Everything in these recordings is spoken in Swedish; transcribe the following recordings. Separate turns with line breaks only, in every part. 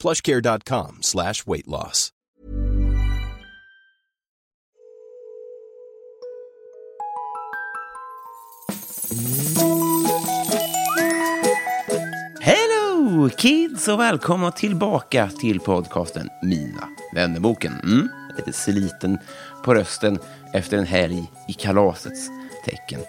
plushcare.com slash weight loss.
Hello kids och välkomna tillbaka till podcasten Mina vännerboken. Mm, lite sliten på rösten efter en helg i kalasets tecken.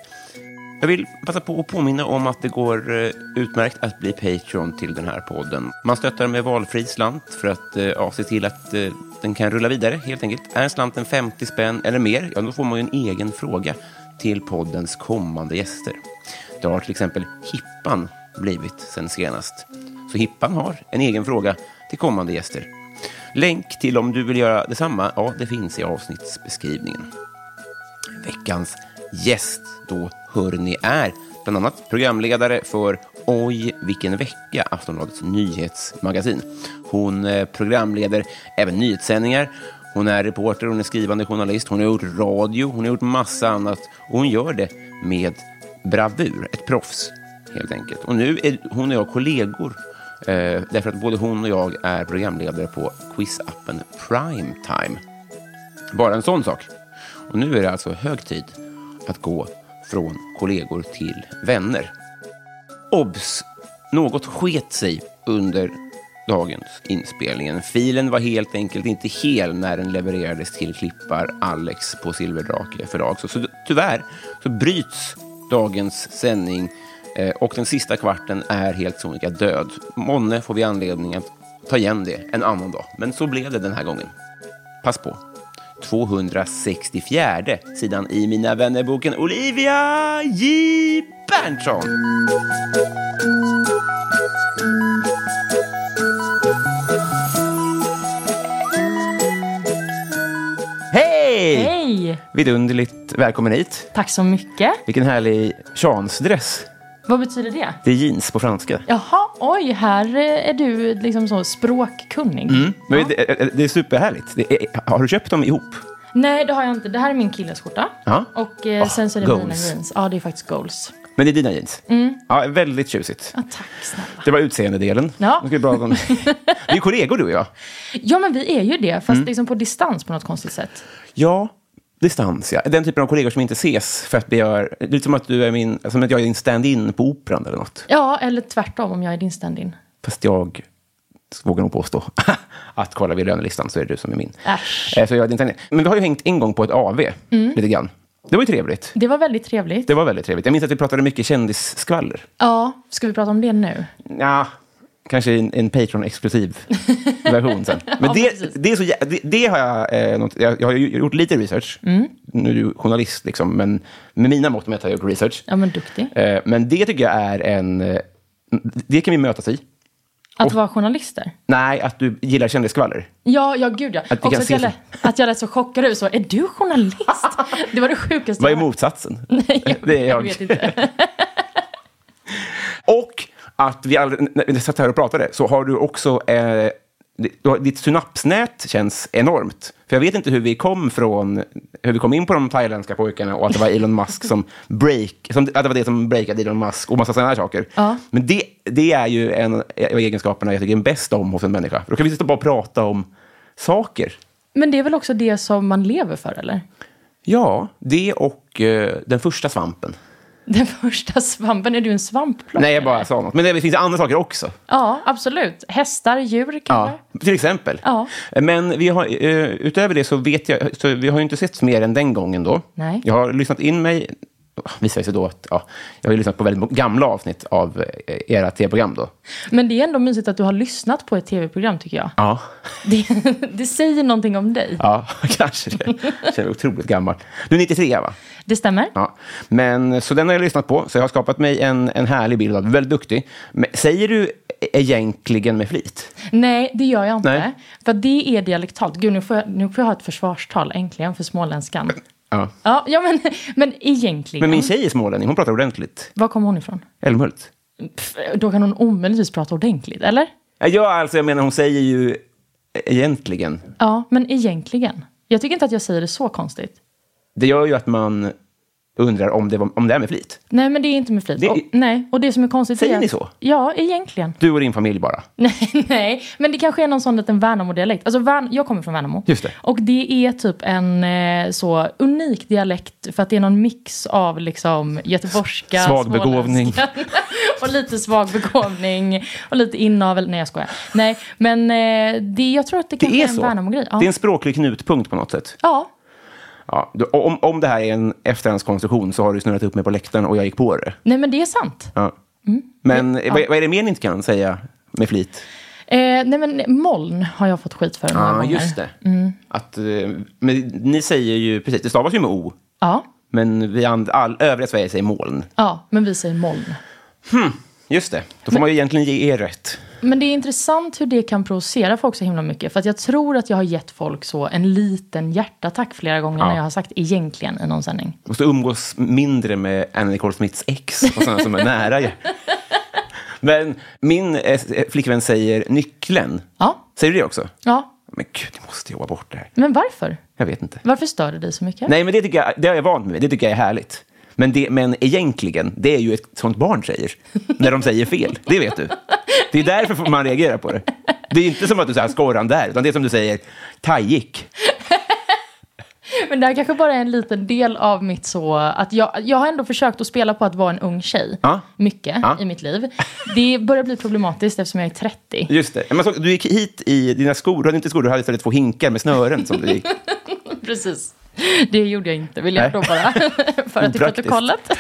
Jag vill passa på att påminna om att det går eh, utmärkt att bli Patreon till den här podden. Man stöttar med valfri slant för att eh, ja, se till att eh, den kan rulla vidare helt enkelt. Är slanten 50 spänn eller mer, ja då får man ju en egen fråga till poddens kommande gäster. Det har till exempel Hippan blivit sen senast. Så Hippan har en egen fråga till kommande gäster. Länk till om du vill göra detsamma, ja det finns i avsnittsbeskrivningen veckans gäst då Hörni är bland annat programledare för Oj vilken vecka, Aftonbladets nyhetsmagasin. Hon eh, programleder även nyhetssändningar. Hon är reporter, hon är skrivande journalist, hon har gjort radio, hon har gjort massa annat och hon gör det med bravur, ett proffs helt enkelt. Och nu är hon och jag kollegor eh, därför att både hon och jag är programledare på quizappen Primetime. Bara en sån sak. Och nu är det alltså hög tid att gå från kollegor till vänner. Obs! Något sket sig under dagens inspelningen. Filen var helt enkelt inte hel när den levererades till klippar Alex på Silverdrake förlag. Så, så tyvärr så bryts dagens sändning eh, och den sista kvarten är helt sonika död. Månne får vi anledning att ta igen det en annan dag. Men så blev det den här gången. Pass på. 264 sidan i Mina vännerboken Olivia J. Berntsson. Hej!
Hej!
Vidunderligt välkommen hit.
Tack så mycket.
Vilken härlig chansdress.
Vad betyder det?
Det är jeans på franska.
Jaha, oj, här eh, är du liksom så språkkunnig.
Men det, det är superhärligt. Det är, eh, har du köpt dem ihop?
Nej, det har jag inte. Det här är min killes skjorta.
Ja.
Och eh,
Ah,
sen så är det mina
goals.
jeans. Ja, det är faktiskt goals.
Men det är dina jeans? Ja, väldigt tjusigt.
Ja, tack snälla.
Det var utseendedelen.
Ja.
Nu ska vi prata om... Vi är kollegor du och jag.
Ja, men vi är ju det,
Mm.
fast liksom på distans på något konstigt sätt.
Ja, distans ja. Den typen av kollegor som inte ses för att vi gör... Det är lite som att, du är min, som att jag är din stand-in på operan eller något.
Ja, eller tvärtom om jag är din stand-in.
Fast jag vågar nog påstå att kollar vi lönelistan så är det du som är min.
Äsch. Mm.
Eh, Så jag är din stand-in. Men vi har ju hängt en gång på ett AV lite grann. Det var ju trevligt.
Det var väldigt trevligt.
Det var väldigt trevligt. Jag minns att vi pratade mycket kändisskvaller.
Ja, ska vi prata om det nu?
Ja, kanske en, en Patreon-exklusiv version sen. Men
Ja,
det,
precis.
det, är så, jä- det, det har jag, eh, något, jag... Jag har ju gjort lite research.
Mm.
Nu är du journalist, liksom, men med mina mått mätt har jag gjort research.
Ja, men duktig.
Eh, men det tycker jag är en... eh, Det kan vi mötas i. oh.
Att vara journalister.
Nej, att du gillar kändisskvaller.
Ja, ja, gud ja.
vi
Också
kan
att, jag
se-
lät, att jag lät så chockad ut. Så, är du journalist? Det var det sjukaste
Vad är
jag hört.
motsatsen?
Nej, jag,
Det är jag.
vet inte.
Och att vi aldrig, när vi satt här och pratade, så har du också... Eh, ditt- du har- ditt synapsnät känns enormt. För jag vet inte hur vi kom från, hur vi kom in på de thailändska pojkarna och att det var Elon Musk som break, som, att det var det som breakade Elon Musk och massa sådana här saker.
Ja.
Men det, det är ju en av egenskaperna jag tycker är bäst om hos en människa. För då kan vi sitta och bara prata om saker.
Men det är väl också det som man lever för, eller?
Ja, det och eh, den första svampen.
Den första svampen, är du en svampplockare?
Nej, jag bara sa något. Men det finns andra saker också.
Ja, absolut. Hästar, djur kanske?
Ja, till exempel.
Ja.
Men vi har, eh, utöver det så vet jag, så vi har ju inte sett mer än den gången då.
Nej.
Jag har lyssnat in mig, visar det sig då att, ja, jag har ju lyssnat på väldigt gamla avsnitt av eh, era tv-program då.
Men det är ändå mysigt att du har lyssnat på ett tv-program tycker jag.
Ja,
Det, det säger någonting om dig.
ja kanske det. Jag känner mig otroligt gammal. Du är 93 va?
Det stämmer?
Ja. Men, så den har jag lyssnat på, så jag har skapat mig en, en härlig bild av Väldigt duktig. Men, säger du e-, egentligen med flit?
Nej, det gör jag inte.
Nej.
För det är dialektalt. Gud, nu får, jag, nu får jag ha ett försvarstal äntligen för småländskan.
Ja.
Ja, ja men, men egentligen.
Men min tjej är smålänning, hon pratar ordentligt.
Var kommer hon ifrån?
Älmhult.
Pff, då kan hon omöjligtvis prata ordentligt, eller?
Ja, jag, alltså, jag menar, hon säger ju egentligen.
Ja, men egentligen. Jag tycker inte att jag säger det så konstigt.
Det gör ju att man undrar om det, var, om det är med flit.
Nej, men det är inte med flit.
Det-
Och, nej, och det som är konstigt
Säger
är... att-
ni så?
Ja, egentligen.
Du och din familj bara.
Nej, nej, men det kanske är någon sån liten Värnamo-dialekt. Alltså, Värn- jag kommer från Värnamo.
Just det.
Och det är typ en eh, så unik dialekt för att det är någon mix av liksom göteborgska,
Svag begåvning.
småländska och lite svag begåvning och lite inavel. Nej, jag skojar. Nej, men eh, det, jag tror att det
Det
kanske
är
en
så.
Värnamo-grej. Ja.
Det är en språklig knutpunkt på något sätt.
ja,
Ja, du, om, om det här är en efterhandskonstruktion så har du snurrat upp mig på läktaren och jag gick på det.
nej men det är sant.
Ja. Men Vad, vad är det mer ni inte kan säga med flit?
Eh, nej men moln har jag fått skit för många
Ja,
gånger.
just det. Att, eh, men ni säger ju, precis, det stavas ju med O,
Ja,
men vi and, all, övriga Sverige säger moln.
ja, men vi säger moln.
Just det, då får man ju egentligen ge er rätt.
Men det är intressant hur det kan provocera folk så himla mycket. För att jag tror att jag har gett folk så en liten hjärtattack flera gånger
Ja.
när jag har sagt egentligen i någon sändning.
Och så umgås mindre med Anna Nicole Smiths ex och sådana som är nära ju. Men min eh, flickvän säger nyckeln.
Ja,
Säger du det också?
ja.
Men gud, ni måste jobba bort det här.
Men varför?
Jag vet inte.
Varför stör det dig så mycket?
Nej, men det tycker jag, det har jag vant mig vid. Det tycker jag är härligt. Men, det, men egentligen, det är ju ett sånt barn säger. När de säger fel. Det vet du. Det är därför får man reagerar på det. Det är inte som att du säger skorran där, utan det är som du säger tajik.
Men det här kanske bara är en liten del av mitt så... Att jag, jag har ändå försökt att spela på att vara en ung tjej.
Ja.
Mycket
Ja.
i mitt liv. Det börjar bli problematiskt eftersom jag är 30.
Just det. Men så, du gick hit i dina skor, du hade inte skor, du hade istället två hinkar med snören som du gick.
Precis. Det gjorde jag inte, vill jag
Nej.
då bara. För att i
Opraktiskt.
protokollet.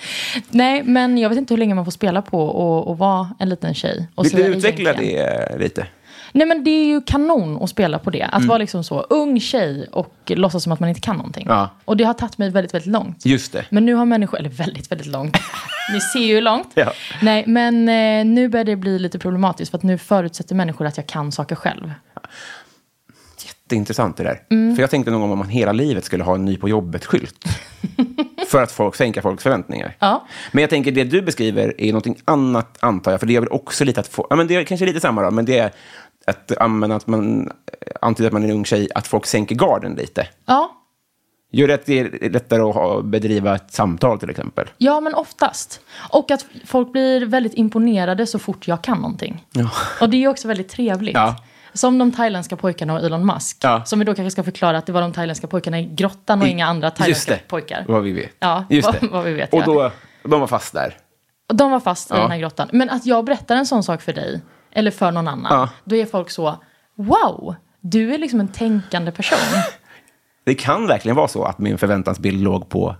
Nej, men jag vet inte hur länge man får spela på och, och vara en liten tjej. Och
Vill
säga
du utveckla
egentligen.
det eh, lite?
Nej, men det är ju kanon att spela på det. Att
Mm.
vara liksom så ung tjej och låtsas som att man inte kan någonting.
Ja.
Och det har tagit mig väldigt, väldigt långt.
Just det.
Men nu har människor, eller väldigt, väldigt långt. Ni ser ju hur långt.
Ja.
Nej, men eh, nu börjar det bli lite problematiskt för att nu förutsätter människor att jag kan saker själv.
Det är intressant det där.
Mm.
För jag tänkte någon gång om man hela livet skulle ha en ny på jobbet-skylt. för att folk, sänka folks förväntningar.
Ja.
Men jag tänker det du beskriver är någonting annat, antar jag. För det är väl också lite att få... Ja, men det är kanske lite samma då, men det är att, ja, men att man eh, antyder att man är en ung tjej, att folk sänker garden lite.
Ja,
Gör det att det är lättare att ha, bedriva ett samtal till exempel?
Ja, men oftast. Och att folk blir väldigt imponerade så fort jag kan någonting.
Ja.
Och det är ju också väldigt trevligt.
Ja.
Som de thailändska pojkarna och Elon Musk.
Ja.
Som vi då kanske ska förklara att det var de thailändska pojkarna i grottan och inga andra
Just
thailändska
det,
pojkar.
vad vi vet.
Ja,
Just
vad- vad vi vet,
Och
ja.
då, de var fast där.
Och de var fast i
Ja.
den här grottan. Men att jag berättar en sån sak för dig, eller för någon annan,
Ja.
då är folk så wow, du är liksom en tänkande person.
Det kan verkligen vara så att min förväntansbild låg på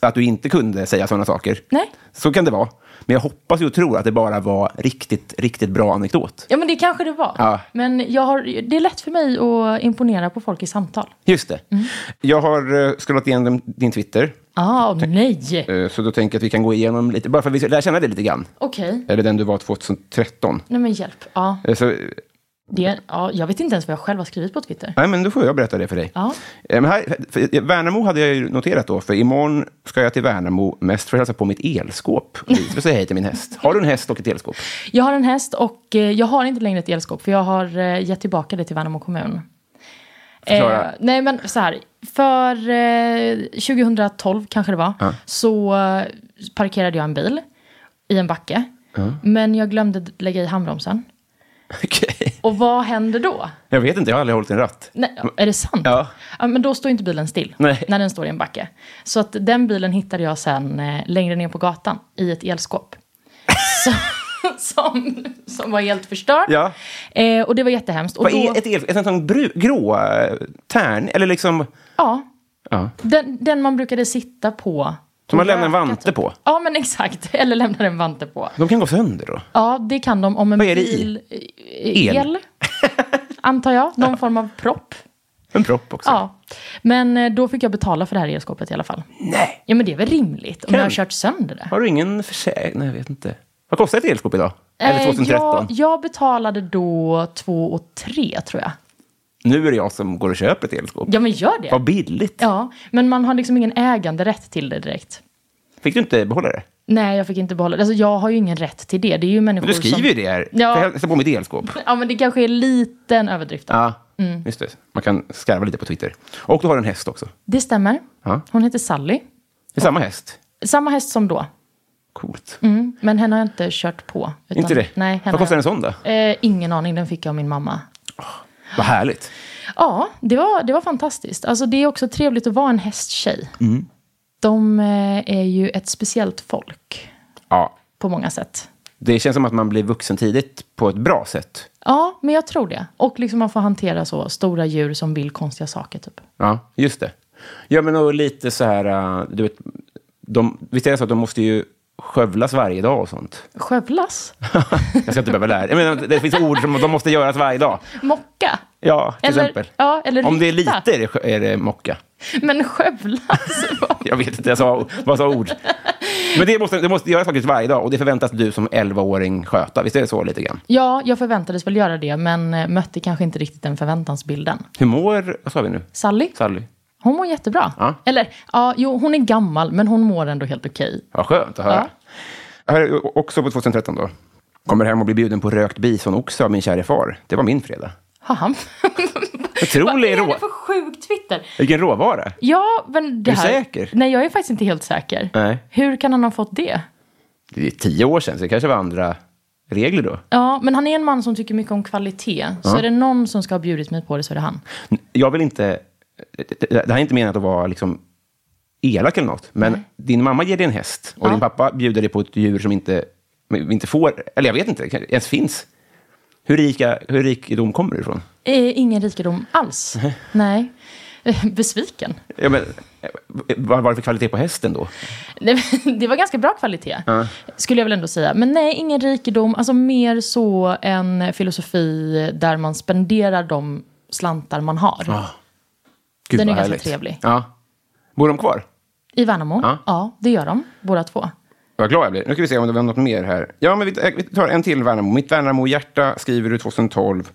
att du inte kunde säga sådana saker.
Nej.
Så kan det vara. Men jag hoppas ju och tror att det bara var riktigt, riktigt bra anekdot.
ja, men det kanske det var.
Ja.
Men jag har, det är lätt för mig att imponera på folk i samtal.
Just det.
Mm.
Jag har eh, scrollat igenom din Twitter,
Ah, nej!
eh, så då tänker jag att vi kan gå igenom lite, bara för att vi ska lära känna dig lite grann.
Okej.
Eller den du var 2013.
Nej men hjälp. Ja.
Eh, Så, eh,
Det, ja, jag vet inte ens vad jag själv har skrivit på Twitter.
nej, men då får jag berätta det för dig.
Ja.
Eh, Men här, för Värnamo hade jag ju noterat då, för imorgon ska jag till Värnamo mest för att hälsa på mitt elskåp. Och dit för att säga hej till min häst. Har du en häst och ett elskåp?
Jag har en häst och eh, jag har inte längre ett elskåp för jag har eh, gett tillbaka det till Värnamo kommun. Eh,
Förklara.
nej men så här, för eh, 2012 kanske det var, så eh, parkerade jag en bil i en backe. Men jag glömde lägga i handbromsen.
Okej.
Och vad händer då?
Jag vet inte, jag har aldrig hållit en ratt.
Nej, är det sant?
Ja.
men då står inte bilen still
Nej.
när den står i en backe. Så att den bilen hittade jag sen eh, längre ner på gatan i ett elskåp. Så, som, som var helt förstörd.
Ja.
Eh, och det var jättehemskt. Och
Vad
då,
är ett el... En sån bru, grå eh, tärn? Eller liksom...
ja,
Ja.
den, den man brukade sitta på.
Som man
och
lämnar en
röka,
vante
typ.
på.
Ja, men exakt. Eller lämnar en vante på.
De kan gå sönder då.
Ja, det kan de om en
Vad är det i?
bil...
El.
El. el antar jag. Någon form av propp.
En propp också.
Ja. Men eh, då fick jag betala för det här elskåpet i alla fall.
Nej!
Ja, men det är väl rimligt om
Kan.
jag har kört sönder det.
Har du ingen försäkring? Nej, jag vet inte. Vad kostar ett elskåp idag? Eller
Eh,
2013?
Jag, jag betalade då två och tre tror jag.
Nu är det jag som går och köper ett elskåp.
Ja, men gör det.
Vad billigt.
Ja, men man har liksom ingen äganderätt till det direkt.
Fick du inte behålla det?
Nej, jag fick inte behålla det. Alltså, jag har ju ingen rätt till det. Det är ju människor
Men du skriver
som...
ju det här.
Ja.
För Jag ska på mitt elskåp.
Ja, men det kanske är en liten överdrift. då.
Ja,
Mm.
just det. Man kan skarva lite på Twitter. Och du har en häst också.
Det stämmer.
Ja.
Hon heter Sally.
Det är samma häst.
Samma häst som då.
Coolt.
Mm. Men henne har jag inte kört på. utan-
Inte det?
Nej, henne
Vad kostar en sån då?
Eh, ingen aning, den fick jag av min mamma.
Vad härligt.
Ja, det var, det var fantastiskt. Alltså, det är också trevligt att vara en hästtjej.
Mm.
De eh, är ju ett speciellt folk
Ja,
på många sätt.
det känns som att man blir vuxen tidigt på ett bra sätt.
Ja, men jag tror det. Och liksom man får hantera så stora djur som vill konstiga saker. Typ.
Ja, just det. Ja, men och lite så här, äh, du vet, de, visst är det så att de måste ju skövlas varje dag och sånt?
Skövlas?
Jag ska inte behöva lära Jag menar, det finns ord som de måste göras varje dag.
Mocka?
Ja, till
Eller-
exempel.
ja, eller
Om det är
rikta.
lite är det, skö- är det mocka.
Men skövlas?
Jag vet inte, jag sa, vad sa ord? Men det måste, det måste göras faktiskt varje dag och det förväntas du som 11-åring sköta. Visst är det så lite grann?
ja, jag förväntades väl göra det, men eh, mötte kanske inte riktigt den förväntansbilden.
Hur mår, vad sa vi nu?
Sally?
Sally?
Hon mår jättebra.
Ja.
Eller, ja, jo, hon är gammal, men hon mår ändå helt okej.
Vad skönt att höra. Här är också på 2013 då. Kommer hem och blir bjuden på rökt bisonoxe av min käre far. Det var min fredag.
Har han? Vad
Otrolig
är
rå...
det för sjuk Twitter?
Vilken råvara.
Ja, men det
Är du
här...
säker?
Nej, jag är faktiskt inte helt säker.
Nej.
Hur kan han ha fått det?
Det är tio år sedan, så det kanske var andra regler då.
Ja, men han är en man som tycker mycket om kvalitet. Så är det någon som ska ha bjudit mig på det så är det han.
Jag vill inte... Det det här är inte menat att vara liksom elak eller något, men din mamma ger dig en häst och
Ja.
din pappa bjuder dig på ett djur som inte, men inte får, eller jag vet inte, kanske ens finns. Hur, rika, hur rikedom kommer du ifrån?
Eh, ingen rikedom alls. Nej. Eh, Besviken.
Ja, men, eh, vad var det för kvalitet på hästen då?
Nej, men Det var ganska bra kvalitet, skulle jag väl ändå säga. Men nej, ingen rikedom. Alltså mer så en filosofi där man spenderar de slantar man har.
Ah. Gud,
Den
vad
är ganska
härligt.
trevlig.
Ja. Bor de kvar?
I Värnamo?
Ja.
ja, det gör de, båda två.
Vad glad jag blir. Nu ska vi se om det var något mer här. Ja, men vi, vi tar en till Värnamo. Mitt Värnamo-hjärta skriver du 2012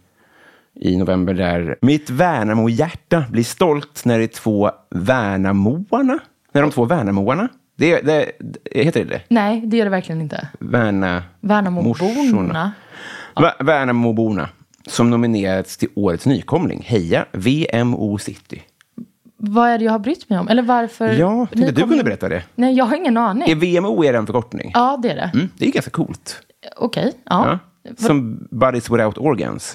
i november där. Mitt Värnamo-hjärta blir stolt när de två Värnamoarna, när de två Värnamoarna, det, det, det heter det det?
Nej, det gör det verkligen inte.
Värna... Morsorna.
Värnamoborna.
Vä- Värnamoborna, som nominerats till årets nykomling. Heja VMO City.
Vad är det jag har brytt mig om? Eller varför?
Ja, tänkte
Ni
du
kom
kunde
in-
berätta det.
Nej, jag har ingen aning.
Är VMO är en förkortning?
Ja, det är det.
Mm, det är ganska coolt.
Okej. Ja.
Ja. Som Buddies Without Organs.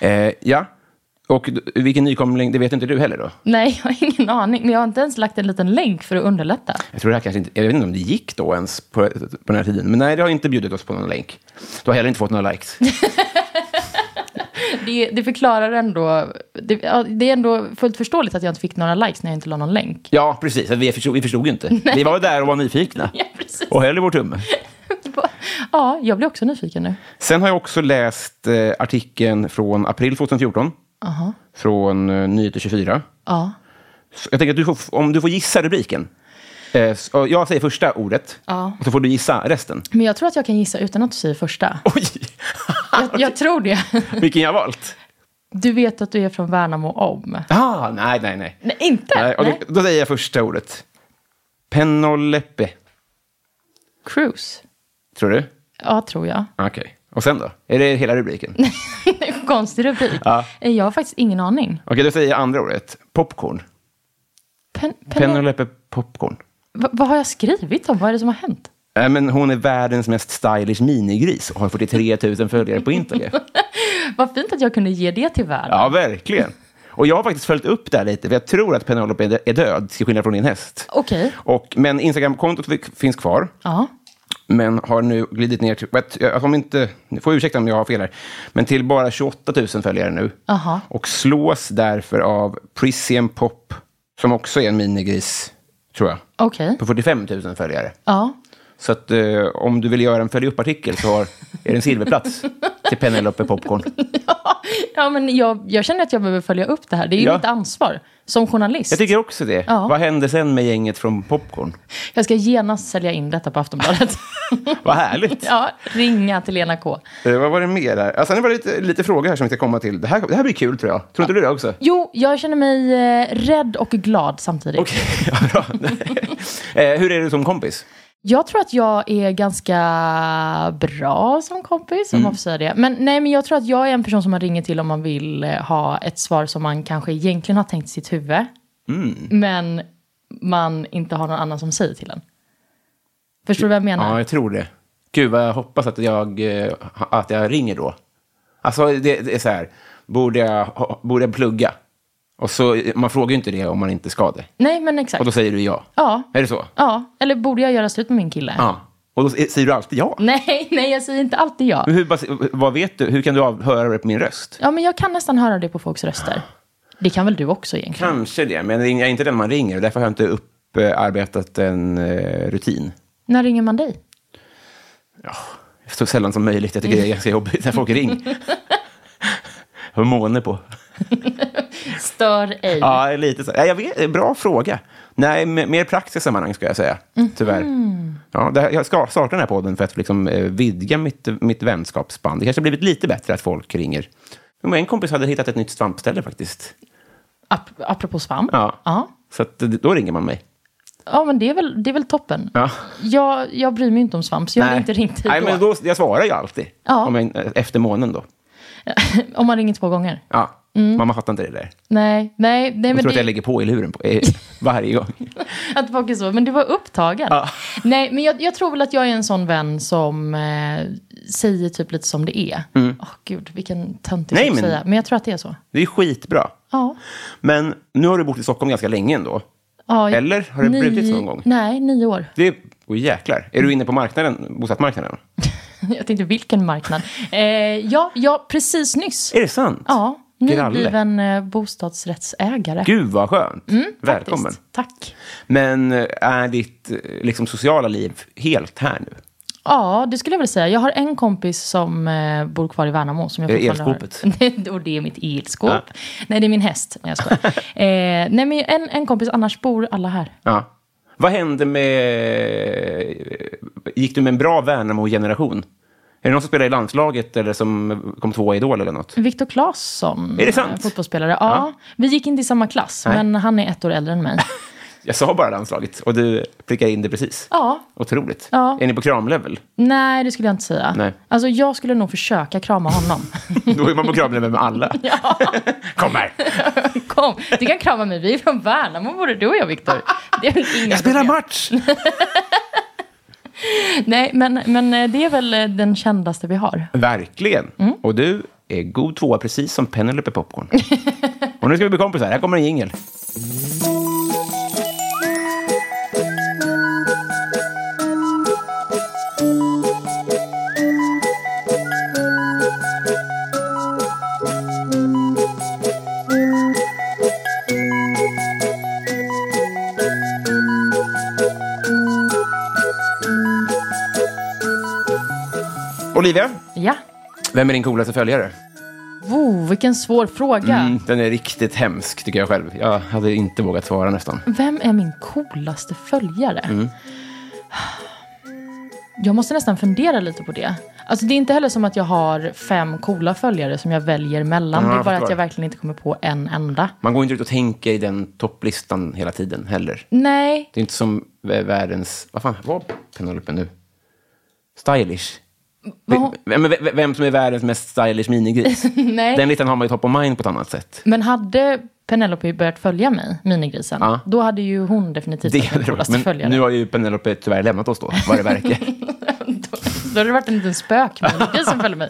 eh, ja. Och d- vilken nykomling, det vet inte du heller då?
Nej, jag har ingen aning. Men jag har inte ens lagt en liten länk för att underlätta.
Jag tror det här kanske inte, jag vet inte om det gick då ens på, på den här tiden. Men nej, det har inte bjudit oss på någon länk. Du har heller inte fått några likes.
Det, det förklarar ändå... Det, ja, det är ändå fullt förståeligt att jag inte fick några likes när jag inte la någon länk.
Ja, precis. Alltså, Vi förstod, vi förstod ju inte. Vi var där och var nyfikna.
Ja, precis.
Och höll i vår tumme.
Ja, jag blir också nyfiken nu.
Sen har jag också läst eh, artikeln från april 2014. Från eh, Nyheter 24.
Ja.
Så Jag tänker att du får, om du får gissa rubriken. Eh, så jag säger första ordet,
Ja.
och så får du gissa resten.
Men jag tror att jag kan gissa utan att du säger första.
Oj!
Jag, jag tror det.
Vilken jag valt?
Du vet att du är från Värnamo om.
Ah, nej, nej, nej.
Nej, inte?
nej, okej,
Nej.
Då säger jag första ordet. Penelope,
Cruise.
tror du? Ah,
Ja, tror jag.
Okej. Och sen då? Är det hela rubriken? Okej,
Konstig rubrik.
Ja.
Eh, Jag har faktiskt ingen aning.
då säger jag andra ordet. Popcorn.
Pen, pen,
Penelope Popcorn.
Va- vad har jag skrivit om? Vad är det som har hänt?
Nej, men hon är världens mest stylish minigris och har 43 000 följare på Instagram.
Vad fint att jag kunde ge det till världen.
Ja, verkligen. Och jag har faktiskt följt upp det här lite, för jag tror att Penelope är dö- är död, till skillnad från din häst.
Okej.
Och, men Instagram-kontot fi- finns kvar,
Ja. men
men har nu glidit ner till, jag t- jag, om inte, ni får ursäkta om jag har fel här, men till bara 28 000 följare nu.
Aha.
Och slås därför av Prisian Pop, som också är en minigris, tror jag,
Okej.
på 45 000 följare.
Ja.
Så att, eh, om du vill göra en följ upp-artikel så har, är det en silverplats till Penelope Popcorn.
Ja, men jag, jag känner att jag behöver följa upp det här. Det är ju
Ja.
mitt ansvar som journalist.
Jag tycker också det.
Ja.
Vad hände sen med gänget från Popcorn?
Jag ska genast sälja in detta på Aftonbladet.
Vad härligt.
ja, ringa till Lena K.
Eh, vad var det mer där? Alltså, det var lite, lite frågor här som vi ska komma till. Det här, det här blir kul tror jag. Tror inte du det också?
Jo, jag känner mig eh, rädd och glad samtidigt.
Okej, ja, bra. eh, hur är du som kompis?
Jag tror att jag är ganska bra som kompis, om
Mm.
man får säga det. Men, nej, men jag tror att jag är en person som man ringer till om man vill eh, ha ett svar som man kanske egentligen har tänkt i sitt huvud.
Mm.
Men man inte har någon annan som säger till en. Förstår du vad jag menar?
Ja, jag tror det. Gud, vad jag hoppas att jag, eh, att jag ringer då. Alltså, det, det är så här. Borde jag, ha- borde jag plugga? Och så, man frågar ju inte det om man inte ska det.
Nej, men
Och
exakt.
då säger du ja.
Ja.
Är det så?
ja, eller borde jag göra slut med min kille?
Ja. Och då s- säger du alltid ja.
Nej, nej, jag säger inte alltid ja.
Men hur, bas- vad vet du? Hur kan du av- höra det på min röst?
Ja, men jag kan nästan höra det på folks röster. Det kan väl du också egentligen?
Kanske det, men jag är inte den man ringer. och Därför har jag inte upparbetat en eh, rutin.
När ringer man dig?
Så sällan som möjligt. Jag tycker det är ganska jobbigt när folk ringer. Hur måne på.
Stör ej.
Ja, lite så. Ja, jag vet, bra fråga. Nej, me- mer praktiska sammanhang skulle jag säga. Tyvärr. Ja, det här, jag ska starta den här podden för att liksom, eh, vidga mitt, mitt vänskapsband. Det kanske har blivit lite bättre att folk ringer. Men en kompis hade hittat ett nytt svampställe faktiskt.
Ap- apropå svamp.
Ja.
ja.
Så att, då ringer man mig.
Ja, men det är väl, det är väl toppen.
Ja.
Jag, jag bryr mig inte om svamp, så jag har inte ringt dig
Nej,
då.
men då. Jag svarar ju alltid.
Ja.
Om jag, efter månen då.
Om man ringer två gånger.
Ja. Mamma fattar inte det där.
Nej, nej, nej
Hon
Mm. men
tror att
det,
jag lägger på i luren på, eh, varje gång.
att folk är så. Men du var upptagen. Nej, men jag, jag tror väl att jag är en sån vän som eh, säger typ lite som det är. Åh gud, vilken töntig
Mm. Nej,
sak att
men-
säga. Men jag tror att det är så.
Det är skitbra.
Ja.
Men nu har du bott i Stockholm ganska länge ändå.
ja
Eller? Har det brutits någon gång?
Nej, nio år.
Det är, oh, jäklar. Är du inne på marknaden, bostadsmarknaden?
Jag tänkte, vilken marknad? eh, ja, ja, precis nyss.
Är det sant?
Ja,
Gralle.
nybliven eh, bostadsrättsägare.
Gud vad skönt. Välkommen.
Mm, Faktiskt. Tack.
Men eh, är ditt eh, liksom, sociala liv helt här nu?
Ja, det skulle jag vilja säga. Jag har en kompis som eh, bor kvar i Värnamo. Som jag
Är det
fortfarande Har. och det är mitt elskåp. Nej, det är min häst. Nej, jag skojar. eh, nej, men en, en kompis, annars bor alla här.
Ja. Vad hände med... Gick du med en bra Värnamo-generation? Är det någon som spelar i landslaget eller som kom tvåa i Idol eller något?
Viktor Claesson,
Är det sant?
eh, fotbollsspelare. Ja, Vi gick inte i samma klass, men han är ett år äldre än mig.
Jag sa bara landslaget och du prickade in det precis.
Ja.
Otroligt.
Ja.
Är ni på kramlevel?
Nej, det skulle jag inte säga.
Nej.
Alltså, jag skulle nog försöka krama honom.
Då är man på kramlevel med alla. Kom här!
Kom, du kan krama mig. Vi är från Värnamo, både du och jag, Viktor. Det är väl inga
Jag spelar
problem.
match!
Nej, men, men eh, det är väl eh, den kändaste vi har.
Verkligen. Och du är god tvåa precis som Penelope Popcorn. och nu ska vi bli kompisar. Här kommer en jingel. Olivia,
Ja.
vem är din coolaste följare?
Oh, vilken svår fråga.
Mm, den är riktigt hemsk, tycker jag själv. Jag hade inte vågat svara nästan.
Vem är min coolaste följare?
Mm.
Jag måste nästan fundera lite på det. Alltså det är inte heller som att jag har fem coola följare som jag väljer mellan.
Ja,
det är
jag
bara
förstår.
att jag verkligen inte kommer på en enda.
Man går inte ut och tänker i den topplistan hela tiden heller.
Nej,
Det är inte som vä- världens... Vad fan var Penelope nu? Stylish.
vad-
Vem, vem, vem som är världens mest stylish minigris.
nej.
Den listan har man ju top of mind på ett annat sätt.
Men hade Penelope börjat följa mig, minigrisen,
Ja.
då hade ju hon definitivt
Det
varit min
hade varit,
coolaste följare.
men nu har ju Penelope tyvärr lämnat oss då, vad det verkar.
då, då hade det varit en liten spök med en gris som följde mig.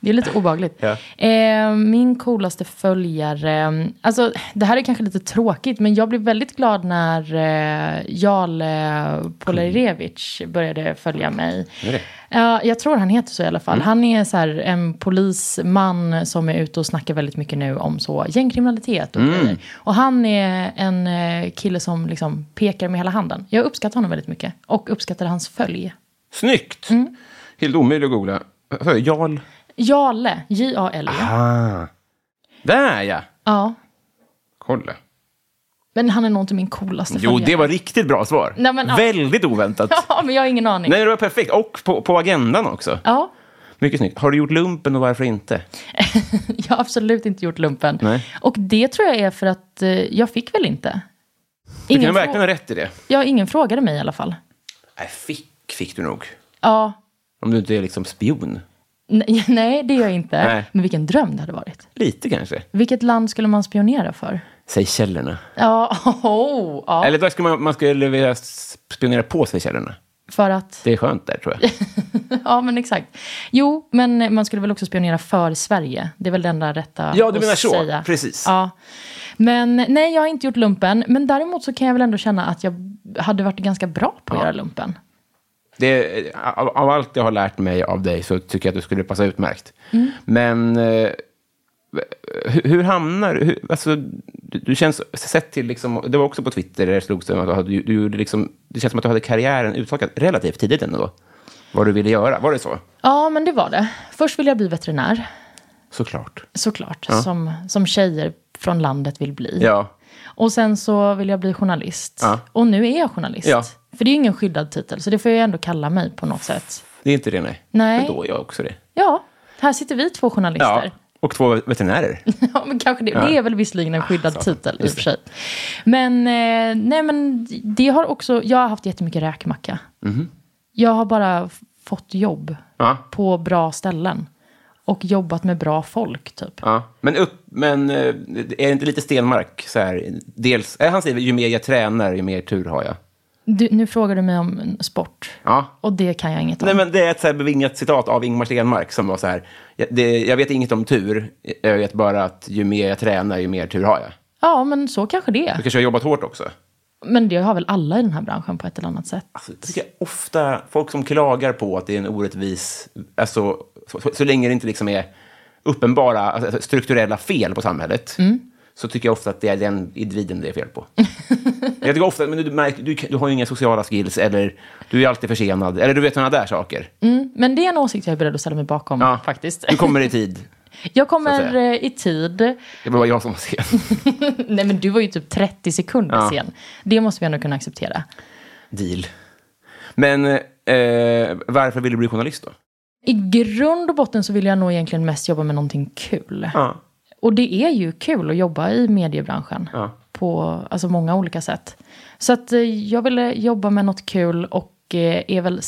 Det är lite obehagligt.
Ja.
Eh, min coolaste följare, alltså det här är kanske lite tråkigt, men jag blev väldigt glad när eh, Jarl eh, Polarevich började följa mig.
Är det? Mm.
Ja, jag tror han heter så i alla fall. Han är så här, en polisman som är ute och snackar väldigt mycket nu om så gängkriminalitet
Mm.
och grejer. Och han är en eh, kille som liksom pekar med hela handen. Jag uppskattar honom väldigt mycket och uppskattar hans följ.
Snyggt!
Mm.
Helt omöjligt att googla. Vad sa jag? Jarl?
Jale, J-A-L-E.
Ah. Där ja!
E. Ja.
Kolla.
Men han är nog inte min coolaste
Jo,
följare.
det var riktigt bra svar.
Nej, men, ja.
Väldigt oväntat.
Ja, men jag har ingen aning.
Nej, det var perfekt. Och på, på agendan också.
Ja.
Mycket snyggt. Har du gjort lumpen och varför inte?
Jag har absolut inte gjort lumpen.
Nej.
Och det tror jag är för att eh, jag fick väl inte.
Tycker du
frå-
verkligen har rätt i det?
ja, ingen frågade mig i alla fall.
Nej, fick fick du nog.
Ja,
Om du inte är liksom spion.
nej, nej det gör jag inte.
Nej.
Men vilken dröm det hade varit.
Lite kanske.
Vilket land skulle man spionera för?
Säg källorna.
Ja, oh, ja.
Eller då skulle man, man skulle vilja spionera på sig källorna.
för att...
Det är skönt där, tror jag.
Ja, men exakt. Jo, men man skulle väl också spionera för Sverige. Det är väl det enda rätta
Ja, du
att
menar så.
säga.
Precis.
Ja. Men nej, jag har inte gjort lumpen. Men däremot så kan jag väl ändå känna att jag hade varit ganska bra på att göra lumpen.
Det, av, av allt jag har lärt mig av dig så tycker jag att du skulle passa utmärkt. Men eh, hur, hur hamnar hur, alltså, du? Du känns, sett till, liksom, det var också på Twitter där det slogs om att du, du gjorde liksom, det känns som att du hade karriären uttalat relativt tidigt ändå. Vad du ville göra, var det så?
Ja, men det var det. Först ville jag bli veterinär,
Såklart.
såklart. Som, som tjejer från landet vill bli.
Ja,
Och sen så vill jag bli journalist.
Ja.
Och nu är jag journalist.
Ja.
För det är ju ingen skyddad titel, så det får jag ändå kalla mig på något sätt.
det är inte det, nej.
Nej.
Men då är jag också det.
Ja, här sitter vi två journalister.
Och två veterinärer.
Ja, men kanske det. Det är väl visserligen en skyddad
så.
titel i och
Ah, Just
för sig. Men, eh, nej, men det har också, jag har haft jättemycket räkmacka. Jag har bara f- fått jobb
Mhm. Ja.
på bra ställen. Och jobbat med bra folk, typ.
Ja, men, upp, men eh, är det inte lite Stenmark? Så här, dels, eh, han säger ju mer jag tränar, ju mer tur har jag.
Du, nu frågar du mig om en sport.
Ja.
Och det kan jag inget om.
Nej, men det är ett så här bevingat citat av Ingmar Stenmark som var så här. Jag, det, jag vet inget om tur, jag vet bara att ju mer jag tränar, ju mer tur har jag.
Ja, men så kanske det
Du
är.
kanske har jobbat hårt också?
Men det har väl alla i den här branschen på ett eller annat sätt.
Alltså, det tycker jag ofta folk som klagar på att det är en orättvis... Alltså, så, så, så länge det inte liksom är uppenbara alltså, strukturella fel på samhället så tycker jag ofta att det är den individen det är fel på. jag tycker ofta men du, märker, du, du har ju inga sociala skills eller du är alltid försenad eller du vet sådana där saker.
Mm, men det är en åsikt jag är beredd att ställa mig bakom,
Ja.
faktiskt.
Du kommer i tid.
Jag
så
kommer
att säga.
eh, i tid.
Det var jag som var sen.
Nej men du var ju typ 30 sekunder
Ja.
sen. Det måste vi ändå kunna acceptera.
Deal. Men eh, varför vill du bli journalist då?
I grund och botten så vill jag nog egentligen mest jobba med någonting kul.
Ja.
Och det är ju kul att jobba i mediebranschen.
Ja.
På alltså, många olika sätt. Så att eh, jag ville jobba med något kul och eh, är väl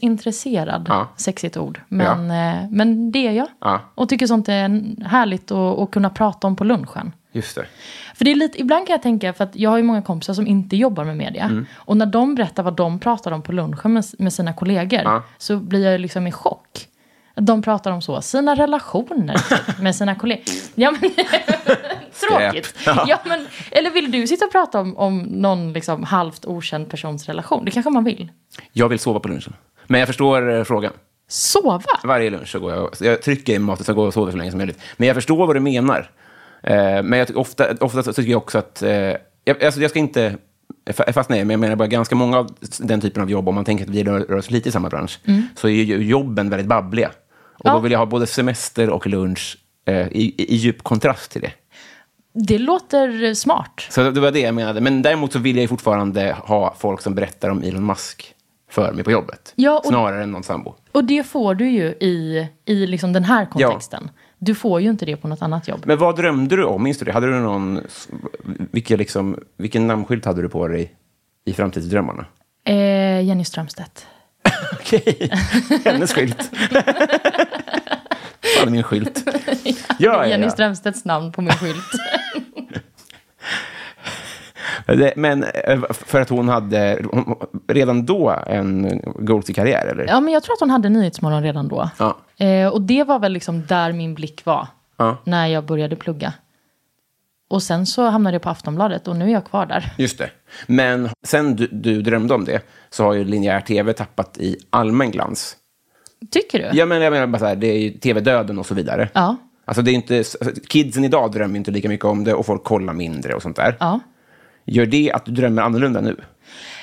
samhällsintresserad.
Ja.
Sexigt ord. Men, eh, men det är jag.
Ja.
Och tycker sånt är härligt att, att kunna prata om på lunchen.
Just det.
För det är lite, ibland kan jag tänka, för att jag har ju många kompisar som inte jobbar med media.
Mm.
Och när de berättar vad de pratar om på lunchen med, med sina kollegor
Ja.
så blir jag ju liksom i chock. Att De pratar om så, sina relationer typ, med sina kollegor. Ja, men, tråkigt.
Ja.
Ja, men, eller vill du sitta och prata om, om någon liksom, halvt okänd persons relation? Det kanske man vill.
Jag vill sova på lunchen. Men jag förstår eh, frågan.
Sova?
Varje lunch så går jag, så jag trycker i maten så går jag och sover så länge som möjligt. Men jag förstår vad du menar. Eh, men jag, tycker ofta, ofta så tycker jag också att... Eh, jag, alltså jag ska inte fa- fastna i det, men jag menar bara ganska många av den typen av jobb, om man tänker att vi rör, rör oss lite i samma bransch, så är ju jobben väldigt babbliga. Och
Ja.
då vill jag ha både semester och lunch eh, i, i, i djup kontrast till det.
Det låter smart.
Så det var det jag menade. Men däremot så vill jag ju fortfarande ha folk som berättar om Elon Musk för mig på jobbet.
Ja, och-
Snarare än någon sambo.
Och det får du ju i, i liksom den här kontexten. Du får ju inte det på något annat jobb.
Men vad drömde du om? Minns du det? Hade du någon... Vilka liksom, vilken namnskylt hade du på dig i framtidsdrömmarna?
Eh, Jenny Strömstedt.
Okej, hennes skylt. Fan, min skylt. Ja, ja,
Jenny
ja.
Strömstedts namn på min skylt.
Det- Men eh, för att hon hade hon- redan då en goalie karriär eller?
Ja, men jag tror att hon hade Nyhetsmorgon redan då.
Ja.
Eh, och det var väl liksom där min blick var
Ja.
när jag började plugga. Och sen så hamnade jag på Aftonbladet och nu är jag kvar där.
Just det. Men sen du, du drömde om det så har ju linjär tv tappat i allmän glans.
Tycker du?
Ja, men jag menar bara så här, det är ju tv-döden och så vidare.
Ja.
Alltså, det är ju inte, alltså, kidsen idag drömmer ju inte lika mycket om det och folk kollar mindre och sånt där.
Ja.
Gör det att du drömmer annorlunda nu?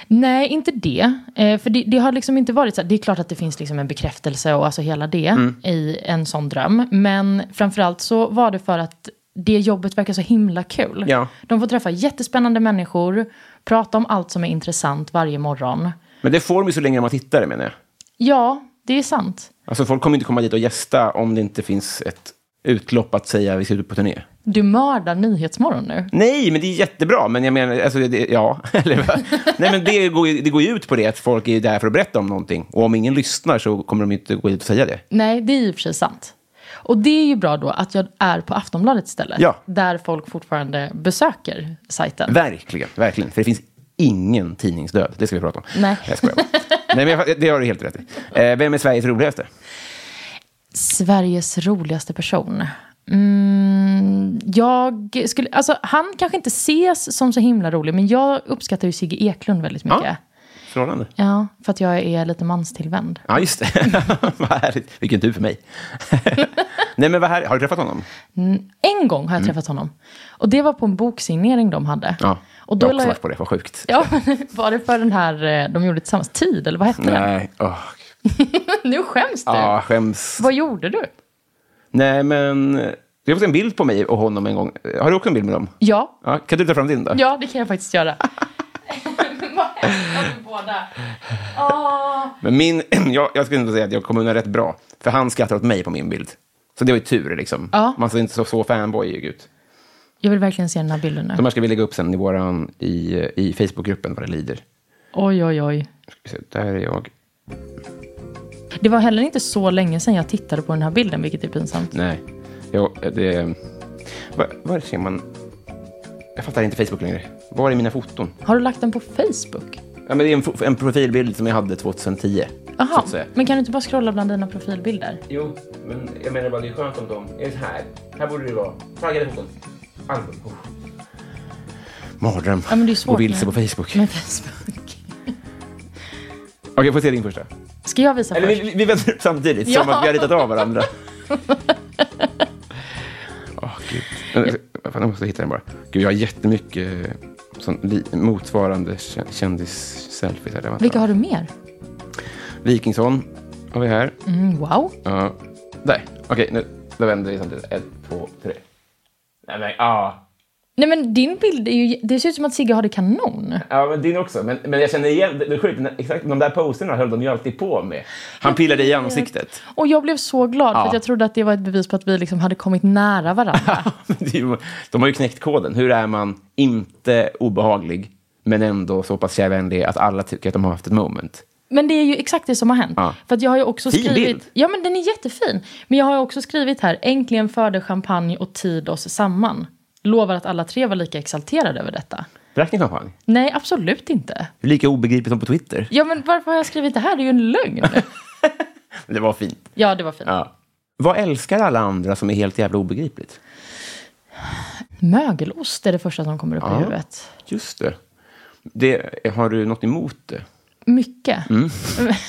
Nej, inte det. Eh, för det, det har liksom inte varit så här, Det är klart att det finns liksom en bekräftelse och alltså hela det
Mm.
i en sån dröm. Men framförallt så var det för att det jobbet verkar så himla kul.
Ja.
De får träffa jättespännande människor, prata om allt som är intressant varje morgon.
Men det får de ju så länge de har tittare, menar jag.
Ja, det är sant.
Alltså, folk kommer inte komma dit och gästa om det inte finns ett utlopp att säga vi ska ut på turné.
Du mördar Nyhetsmorgon nu.
Nej, men det är jättebra. Men jag menar, alltså, det, ja. Eller, va? Nej, men det går, ju, det går ju ut på det att folk är där för att berätta om någonting. Och om ingen lyssnar så kommer de inte gå ut och säga det.
Nej, det är i och för sig sant. Och det är ju bra då att jag är på Aftonbladet istället.
Ja.
Där folk fortfarande besöker sajten.
Verkligen, verkligen. För det finns ingen tidningsdöd. Det ska vi prata om.
Nej.
Jag skojar bara. Nej, men jag, det har du helt rätt i. Eh, vem är Sveriges roligaste?
Sveriges roligaste person. Mm, jag skulle, alltså, han kanske inte ses som så himla rolig, men jag uppskattar ju Sigge Eklund väldigt mycket. Ja,
Förhållande?
för att jag är lite manstillvänd.
Ja, just det. vad härligt. Vilken tur för mig. Nej, men vad här, har du träffat honom?
En gång har jag träffat honom. Och det var på en boksignering de hade.
Mm. Ja.
Och då
jag har
la
också
jag,
varit på det. Vad sjukt.
ja, var det för den här eh, de gjorde tillsammans, Tid, eller vad hette den?
Nej, åh.
Nu skäms du.
Ja, skäms.
Vad gjorde du?
Nej, men... Du har fått en bild på mig och honom en gång. Har du också en bild med dem?
Ja,
Ja, kan du ta fram din då?
ja det kan jag faktiskt göra. vad hemskt av er båda. Åh.
Men min, jag, jag skulle inte säga att jag kom undan rätt bra, för han skrattar åt mig på min bild. Så det var ju tur, liksom.
Ja.
Man ser inte så, så fanboyig ut.
Jag vill verkligen se den här bilden nu.
De här ska vi lägga upp sen i, våran, i, i Facebookgruppen vad det lider.
Oj, oj, oj.
Ska vi se, där är jag.
Det var heller inte så länge sedan jag tittade på den här bilden, vilket är pinsamt.
Nej, jag, det... Var, var ser man? Jag fattar inte Facebook längre. Var är mina foton?
Har du lagt den på Facebook?
Ja, men det är en, fo- en profilbild som jag hade 2010. så
Jaha,
att säga.
men kan du inte bara scrolla bland dina profilbilder?
Jo, men jag menar bara det är skönt om de är så här. Här borde det vara. Flaggade foton. Album. Oh. Mardröm.
Ja, men det är svårt
Och vilse
nu.
på Facebook.
Med Facebook.
Okej, får jag se din första?
Ska jag visa
Eller
först?
vi, vi vänder upp samtidigt,
Ja.
som att vi har ritat av varandra. Åh, gud. Men, eh, vad fan, Jag måste hitta den bara. Gud, jag har jättemycket eh, sån, li, motsvarande kä- kändis-selfies. här. Vänta.
Vilka har du mer?
Vikingsson har vi här.
Mm, wow.
Ja. Där. Okej, nu då vänder vi samtidigt. Ett, två, tre. Nej, men, ja.
Nej, men din bild är ju... Det ser ut som att Sigge har det kanon.
Ja, men din också. Men, men jag känner igen det. det är sjukt, men exakt de där posterna höll de ju alltid på med. Han pillade i ansiktet.
Och jag blev så glad,
Ja.
för att jag trodde att det var ett bevis på att vi liksom hade kommit nära varandra.
Men det är ju- de har ju knäckt koden. Hur är man inte obehaglig, men ändå så pass kärvänlig att alla tycker att de har haft ett moment?
Men det är ju exakt det som har hänt.
Ja.
För att jag har ju också
Fin
skrivit...
bild.
Ja, men den är jättefin. Men jag har ju också skrivit här, äntligen förde champagne och tid oss samman. Lovar att alla tre var lika exalterade över detta.
Drack ni champagne?
Nej, absolut inte.
Det är Lika obegripligt som på Twitter.
Ja, men varför har jag skrivit det här? Det är ju en lögn.
Men Det var fint.
Ja, det var fint.
Ja. Vad älskar alla andra som är helt jävla obegripligt?
Mögelost är det första som kommer upp i huvudet.
Just det. det. Har du något emot det?
Mycket.
Mm.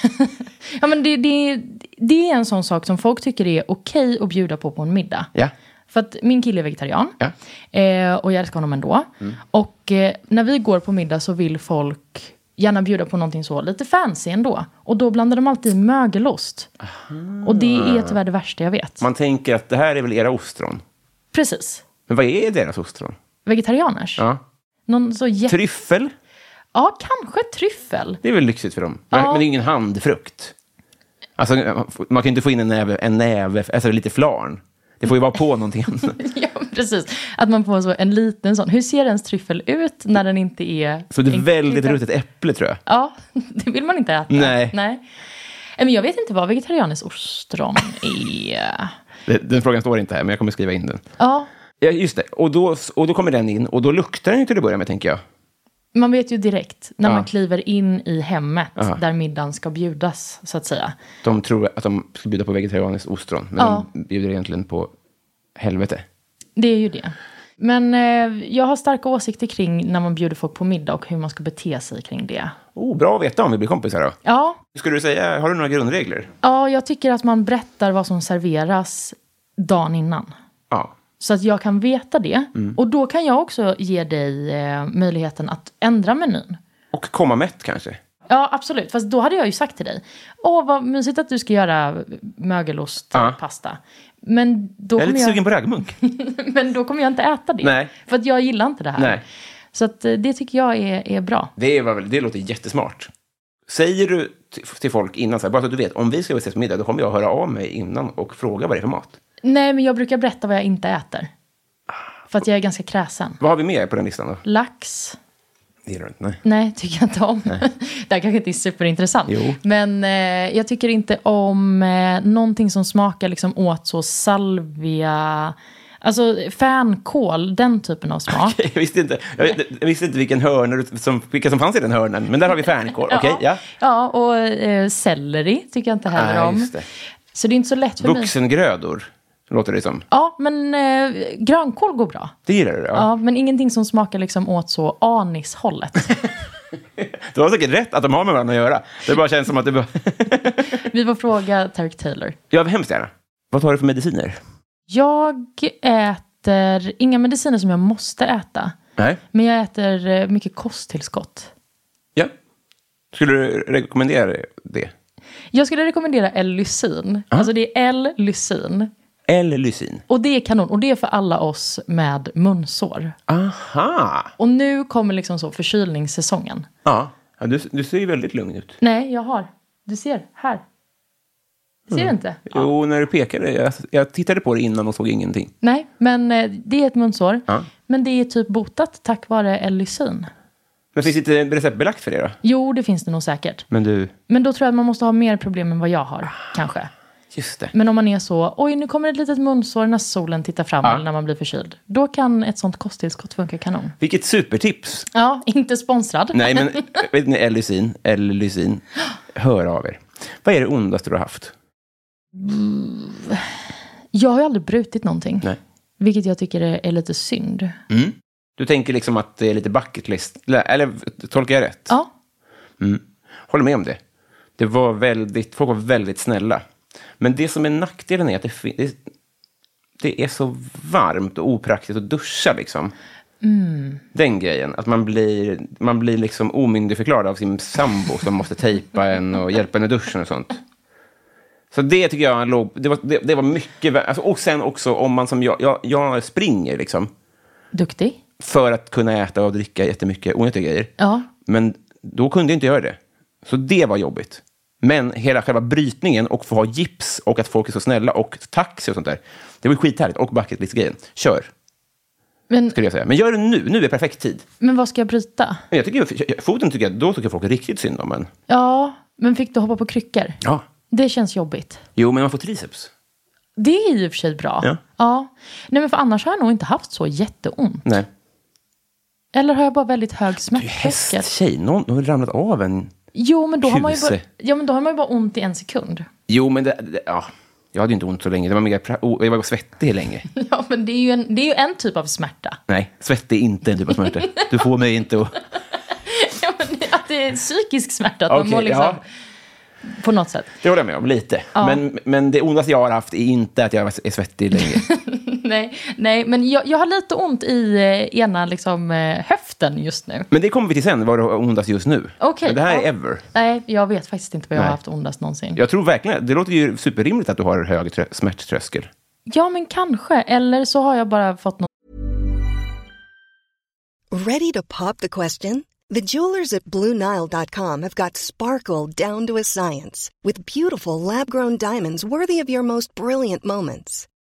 ja, men det, det, det är en sån sak som folk tycker är okej att bjuda på på en middag.
Ja.
För att min kille är vegetarian.
Ja. Mm.
Eh, och jag älskar honom ändå. Och eh, när vi går på middag så vill folk gärna bjuda på någonting så lite fancy ändå. Och då blandar de alltid i mögelost. Och det är tyvärr det värsta jag vet.
Man tänker att det här är väl era ostron?
Precis.
Men vad är deras ostron?
Vegetarianers.
Ja.
Någon så jä-
Tryffel?
ja, kanske tryffel.
Det är väl lyxigt för dem.
Ja.
Men det är ingen handfrukt. Alltså, man kan ju inte få in en näve, en näve alltså lite flarn. Det får ju vara på någonting.
ja, precis. Att man får så en liten sån. Hur ser ens tryffel ut när den inte är...
Så det är
en-
väldigt ruttet äpple, tror jag.
Ja, det vill man inte äta.
Nej.
Nej. Eh, Men jag vet inte vad vegetarianers ostron är.
Det- Den frågan står inte här, men jag kommer skriva in den.
Ja,
Ja, just det. Och då, och då kommer den in, och då luktar den ju till att börja med, tänker jag.
man vet ju direkt när
Ja.
man kliver in i hemmet
Ja.
där middagen ska bjudas, så att säga.
De tror att de ska bjuda på vegetariskt ostron, men
Ja.
de bjuder egentligen på helvete.
Det är ju det. Men eh, jag har starka åsikter kring när man bjuder folk på middag och hur man ska bete sig kring det.
Oh, bra att veta om vi blir kompisar då.
Ja,
Skulle du säga, har du några grundregler?
ja jag tycker att man berättar vad som serveras dagen innan.
Ja.
Så att jag kan veta det.
Mm.
Och då kan jag också ge dig eh, möjligheten att ändra menyn.
Och komma mätt kanske?
Ja, absolut. Fast då hade jag ju sagt till dig. Åh, vad mysigt att du ska göra
Ja.
mögelostpasta. Men, då
Jag är
kommer
lite
jag,
sugen på raggmunk.
men då kommer jag inte äta det.
Nej.
För att jag gillar inte det här.
Nej.
Så att eh, det tycker jag är, är bra.
Det, var väl, det låter jättesmart. Säger du t- till folk innan, så här, bara så att du vet, om vi ska ses på middag, då kommer jag höra av mig innan och fråga vad det är för mat.
Nej, men jag brukar berätta vad jag inte äter. För att jag är ganska kräsen.
Vad har vi med på den listan då?
Lax.
Det gillar du inte? Nej.
Nej, tycker jag inte om. det här kanske inte är superintressant.
Jo.
Men eh, jag tycker inte om eh, någonting som smakar liksom åt så salvia... Alltså fänkål, den typen av smak.
Jag visste inte, jag, vet- jag visste inte vilken hörna, du- som, vilka som fanns i den hörnan, men där har vi fänkål. Okej, ja.
ja, och eh, selleri tycker jag inte heller
Ah,
om.
just det.
Så det är inte så lätt för mig.
Vuxengrödor, låter det som.
Ja, men eh, grönkål går bra.
Det gillar du? Ja.
Ja, men ingenting som smakar liksom åt så anishållet.
Du har säkert rätt att de har med varandra att göra. Det bara känns som att det bara...
Vi får fråga Tarek Taylor.
Jag vill hemskt gärna. Vad tar du för mediciner?
Jag äter inga mediciner som jag måste äta.
Nej.
Men jag äter eh, mycket kosttillskott.
Ja. Skulle du rekommendera det?
Jag skulle rekommendera L-lysin. Alltså det är L-lysin.
L-lysin.
Och det är kanon. Och det är för alla oss med munsår.
Aha!
Och nu kommer liksom så förkylningssäsongen.
Ja. ja du, du ser ju väldigt lugn ut.
Nej, jag har. Du ser, här. Ser du inte?
Mm. Jo, när du pekade. Jag, jag tittade på det innan och såg ingenting.
Nej, men eh, det är ett munsår.
Ja.
Men det är typ botat tack vare L-lysin.
Men finns det inte receptbelagt för det då?
Jo, det finns det nog säkert.
Men du...
Men då tror jag att man måste ha mer problem än vad jag har, kanske.
Just det.
Men om man är så, oj nu kommer ett litet munsår när solen tittar fram eller när man blir förkyld. Då kan ett sånt kosttillskott funka kanon.
Vilket supertips!
Ja, inte sponsrad.
Nej, men vet ni, L-lysin, L-lysin. Hör av er. Vad är det ondaste du har haft?
Jag har ju aldrig brutit någonting.
Nej.
Vilket jag tycker är, är lite synd.
Mm. Du tänker liksom att det är lite bucket list. Eller tolkar jag rätt?
Ja,
Mm. Håller med om det. det var väldigt, folk var väldigt snälla. Men det som är nackdelen är att det, fin- det, det är så varmt och opraktiskt att duscha. Liksom. Den grejen. Att man blir, man blir liksom omyndigförklarad av sin sambo som måste tejpa en och hjälpa en i duschen och sånt. Så det tycker jag låg, det var, det, det var mycket vä- alltså, Och sen också om man som jag, jag, jag springer liksom.
duktig.
För att kunna äta och dricka jättemycket onyttiga grejer.
Ja.
Men då kunde jag inte göra det. Så det var jobbigt. Men hela själva brytningen och få ha gips och att folk är så snälla och taxi och sånt där. Det var ju skithärligt. Och bucket list-grejen. Kör,
Men,
skulle jag säga. Men gör det nu. Nu är perfekt tid.
men vad ska jag bryta?
Men Jag tycker, ju- foten tycker jag, då tycker folk riktigt synd om en.
Ja, men fick du hoppa på kryckor?
Ja.
Det känns jobbigt.
Jo, men man får triceps.
Det är i och för sig bra.
Ja.
Nej, men för annars har jag nog inte haft så jätteont.
Nej.
Eller har jag bara väldigt
Du
hög
är
smärttröskel?
hästtjej. Någon har väl ramlat av en.
Jo, men då har, man ju bara,
Kuse.
ja, men då har man ju bara ont i en sekund.
Jo, men det, det, ja. Jag hade ju inte ont så länge. Det var mer, pra- oh, jag var svettig länge.
Ja, men det är ju en, det är ju en typ av smärta.
Nej, svett är inte en typ av smärta. Du får mig inte att...
Ja, men det- att det är psykisk smärta, att man
Okej,
mår liksom...
ja.
På något sätt.
Det håller jag med om, lite. Men, men det ondaste jag har haft är inte att jag är svettig länge.
Nej, nej men jag, jag har lite ont i eh, ena liksom, eh, höften just nu.
Men det kommer vi till sen, vad det ondast just nu.
Okej,
men det här
ja.
är ever.
Nej, jag vet faktiskt inte vad jag
Nej.
har haft ondast någonsin. Ja.
Jag tror verkligen, det låter ju superrimligt att du har hög trö- smärttröskel.
men kanske. Eller så har jag bara fått någon
Ready to pop the question? The jewelers at BlueNile.com have got sparkle down to a science with beautiful lab grown diamonds worthy of your most brilliant moments.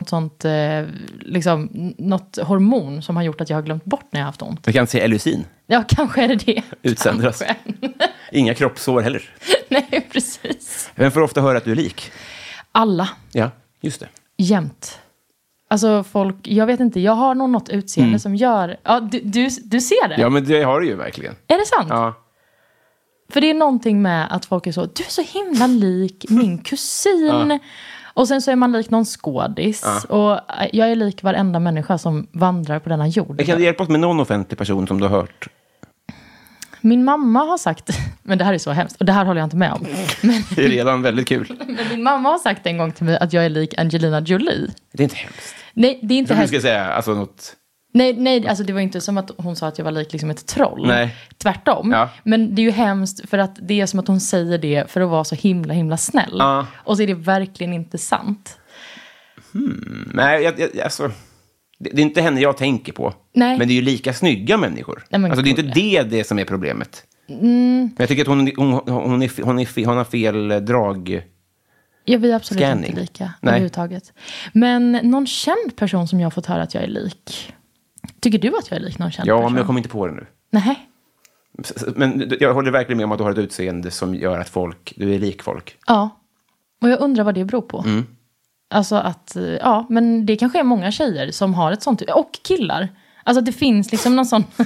Något sånt, eh, liksom, n- något hormon som har gjort att jag har glömt bort när jag har haft ont.
Vi kan säga Elusin.
Ja, kanske är det det.
Utsöndras.
Kanske.
Inga kroppssår heller.
Nej, precis.
Vem får ofta höra att du är lik?
Alla,
Ja, just det.
jämt. Alltså folk, jag vet inte, jag har nog något utseende som gör... Ja, du, du, du ser det?
Mm. Ja, men det har du ju verkligen.
Är det sant?
Ja.
För det är någonting med att folk är så, du är så himla lik min kusin. Och sen så är man lik någon skådis. Och eh, jag är lik varenda människa som vandrar på denna jord.
Kan du hjälpa oss med någon offentlig person som du har hört?
Min mamma har sagt, men det här är så hemskt, och det här håller jag inte med om. Men,
Det är redan väldigt kul.
men min mamma har sagt en gång till mig att jag är lik Angelina Jolie.
Det är inte hemskt.
Nej, det är inte
Jag trodde du skulle
hemskt.
säga alltså, något...
Nej, nej, alltså det var inte som att hon sa att jag var lik liksom ett troll.
Nej.
Tvärtom.
Ja.
Men det är ju hemskt för att det är som att hon säger det för att vara så himla, himla snäll.
Ja.
Och så är det verkligen inte sant.
Nej, jag, jag, alltså... Det, det är inte henne jag tänker på.
Nej.
Men det är ju lika snygga människor.
Nej, men Mm.
alltså, det är inte
gud,
det, det som är problemet. Men jag tycker att hon, hon, hon, är, fe- hon, är, fe- hon har fel drag.
Ja, vi är absolut
Scanning.
inte lika
Nej.
överhuvudtaget. Men någon känd person som jag har fått höra att jag är lik. Tycker du att jag är lik någon känd
Ja,
person?
men jag kommer inte på det nu.
Nej.
S- s- Men jag håller verkligen med om att du har ett utseende som gör att folk, du är lik folk.
Ja. Och jag undrar vad det beror på.
Mm.
Alltså att, eh, ja, men det kanske är många tjejer som har ett sånt, och killar. Alltså att det finns liksom någon sån...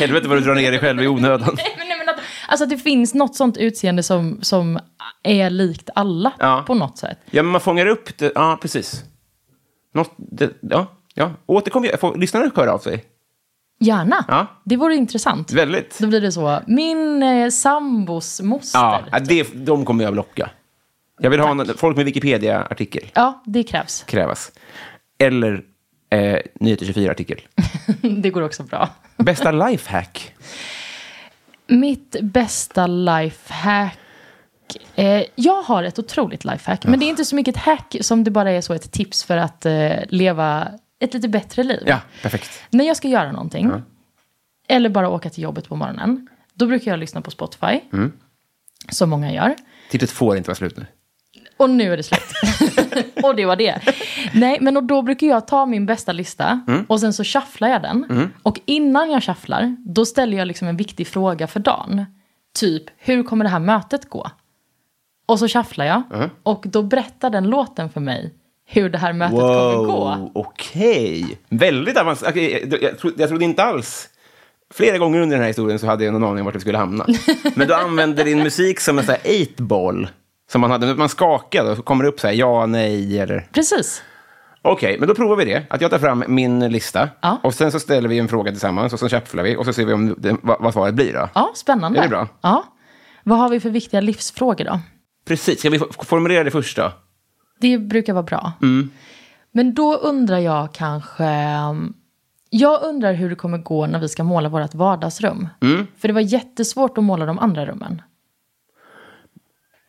Helvete vad du drar ner dig själv i onödan.
Nej, men, nej, men att, alltså att det finns något sånt utseende som, som är likt alla
Ja.
på något sätt.
Ja, men man fångar upp det. Ja, precis. Något, det, ja, ja. Återkom, jag får lyssnarna höra av sig.
Gärna.
Ja.
Det vore intressant.
Väldigt.
Då blir det så, min eh, sambos moster.
Ja, ja, det, de kommer jag blocka. Jag vill ha en, folk med Wikipedia-artikel
Ja, det krävs.
krävas. Eller eh, Nyheter 24-artikel.
Det går också bra.
Bästa lifehack?
Mitt bästa lifehack. Eh, jag har ett otroligt lifehack. Men det är inte så mycket ett hack som det bara är så ett tips för att eh, leva ett lite bättre liv.
Ja, perfekt.
När jag ska göra någonting, eller bara åka till jobbet på morgonen, då brukar jag lyssna på Spotify. Som många gör.
Tipset får inte vara slut nu.
Och nu är det slut. och det var det. Nej, men och då brukar jag ta min bästa lista och sen så shufflar jag den. Och innan jag shufflar, då ställer jag liksom en viktig fråga för dagen. Typ, hur kommer det här mötet gå? Och så shufflar jag och då berättar den låten för mig hur det här mötet kommer gå.
okej. Väldigt avancerat. Okej, jag, jag, trodde, jag trodde inte alls... Flera gånger under den här historien så hade jag någon aning om vart vi skulle hamna. Men du använde din musik som en sån här 8-ball. Som man hade, man skakade och så kommer det upp så här, ja, nej, eller...
Precis.
Okej, men då provar vi det. Att jag tar fram min lista.
Ja.
Och sen så ställer vi en fråga tillsammans och så shufflar vi. Och så ser vi om det, vad, vad svaret blir då.
Ja, spännande.
Är det bra?
Ja. Vad har vi för viktiga livsfrågor då?
Precis, ska vi f- formulera det först då?
Det brukar vara bra.
Mm.
Men då undrar jag kanske... Jag undrar hur det kommer gå när vi ska måla vårt vardagsrum.
Mm.
För det var jättesvårt att måla de andra rummen.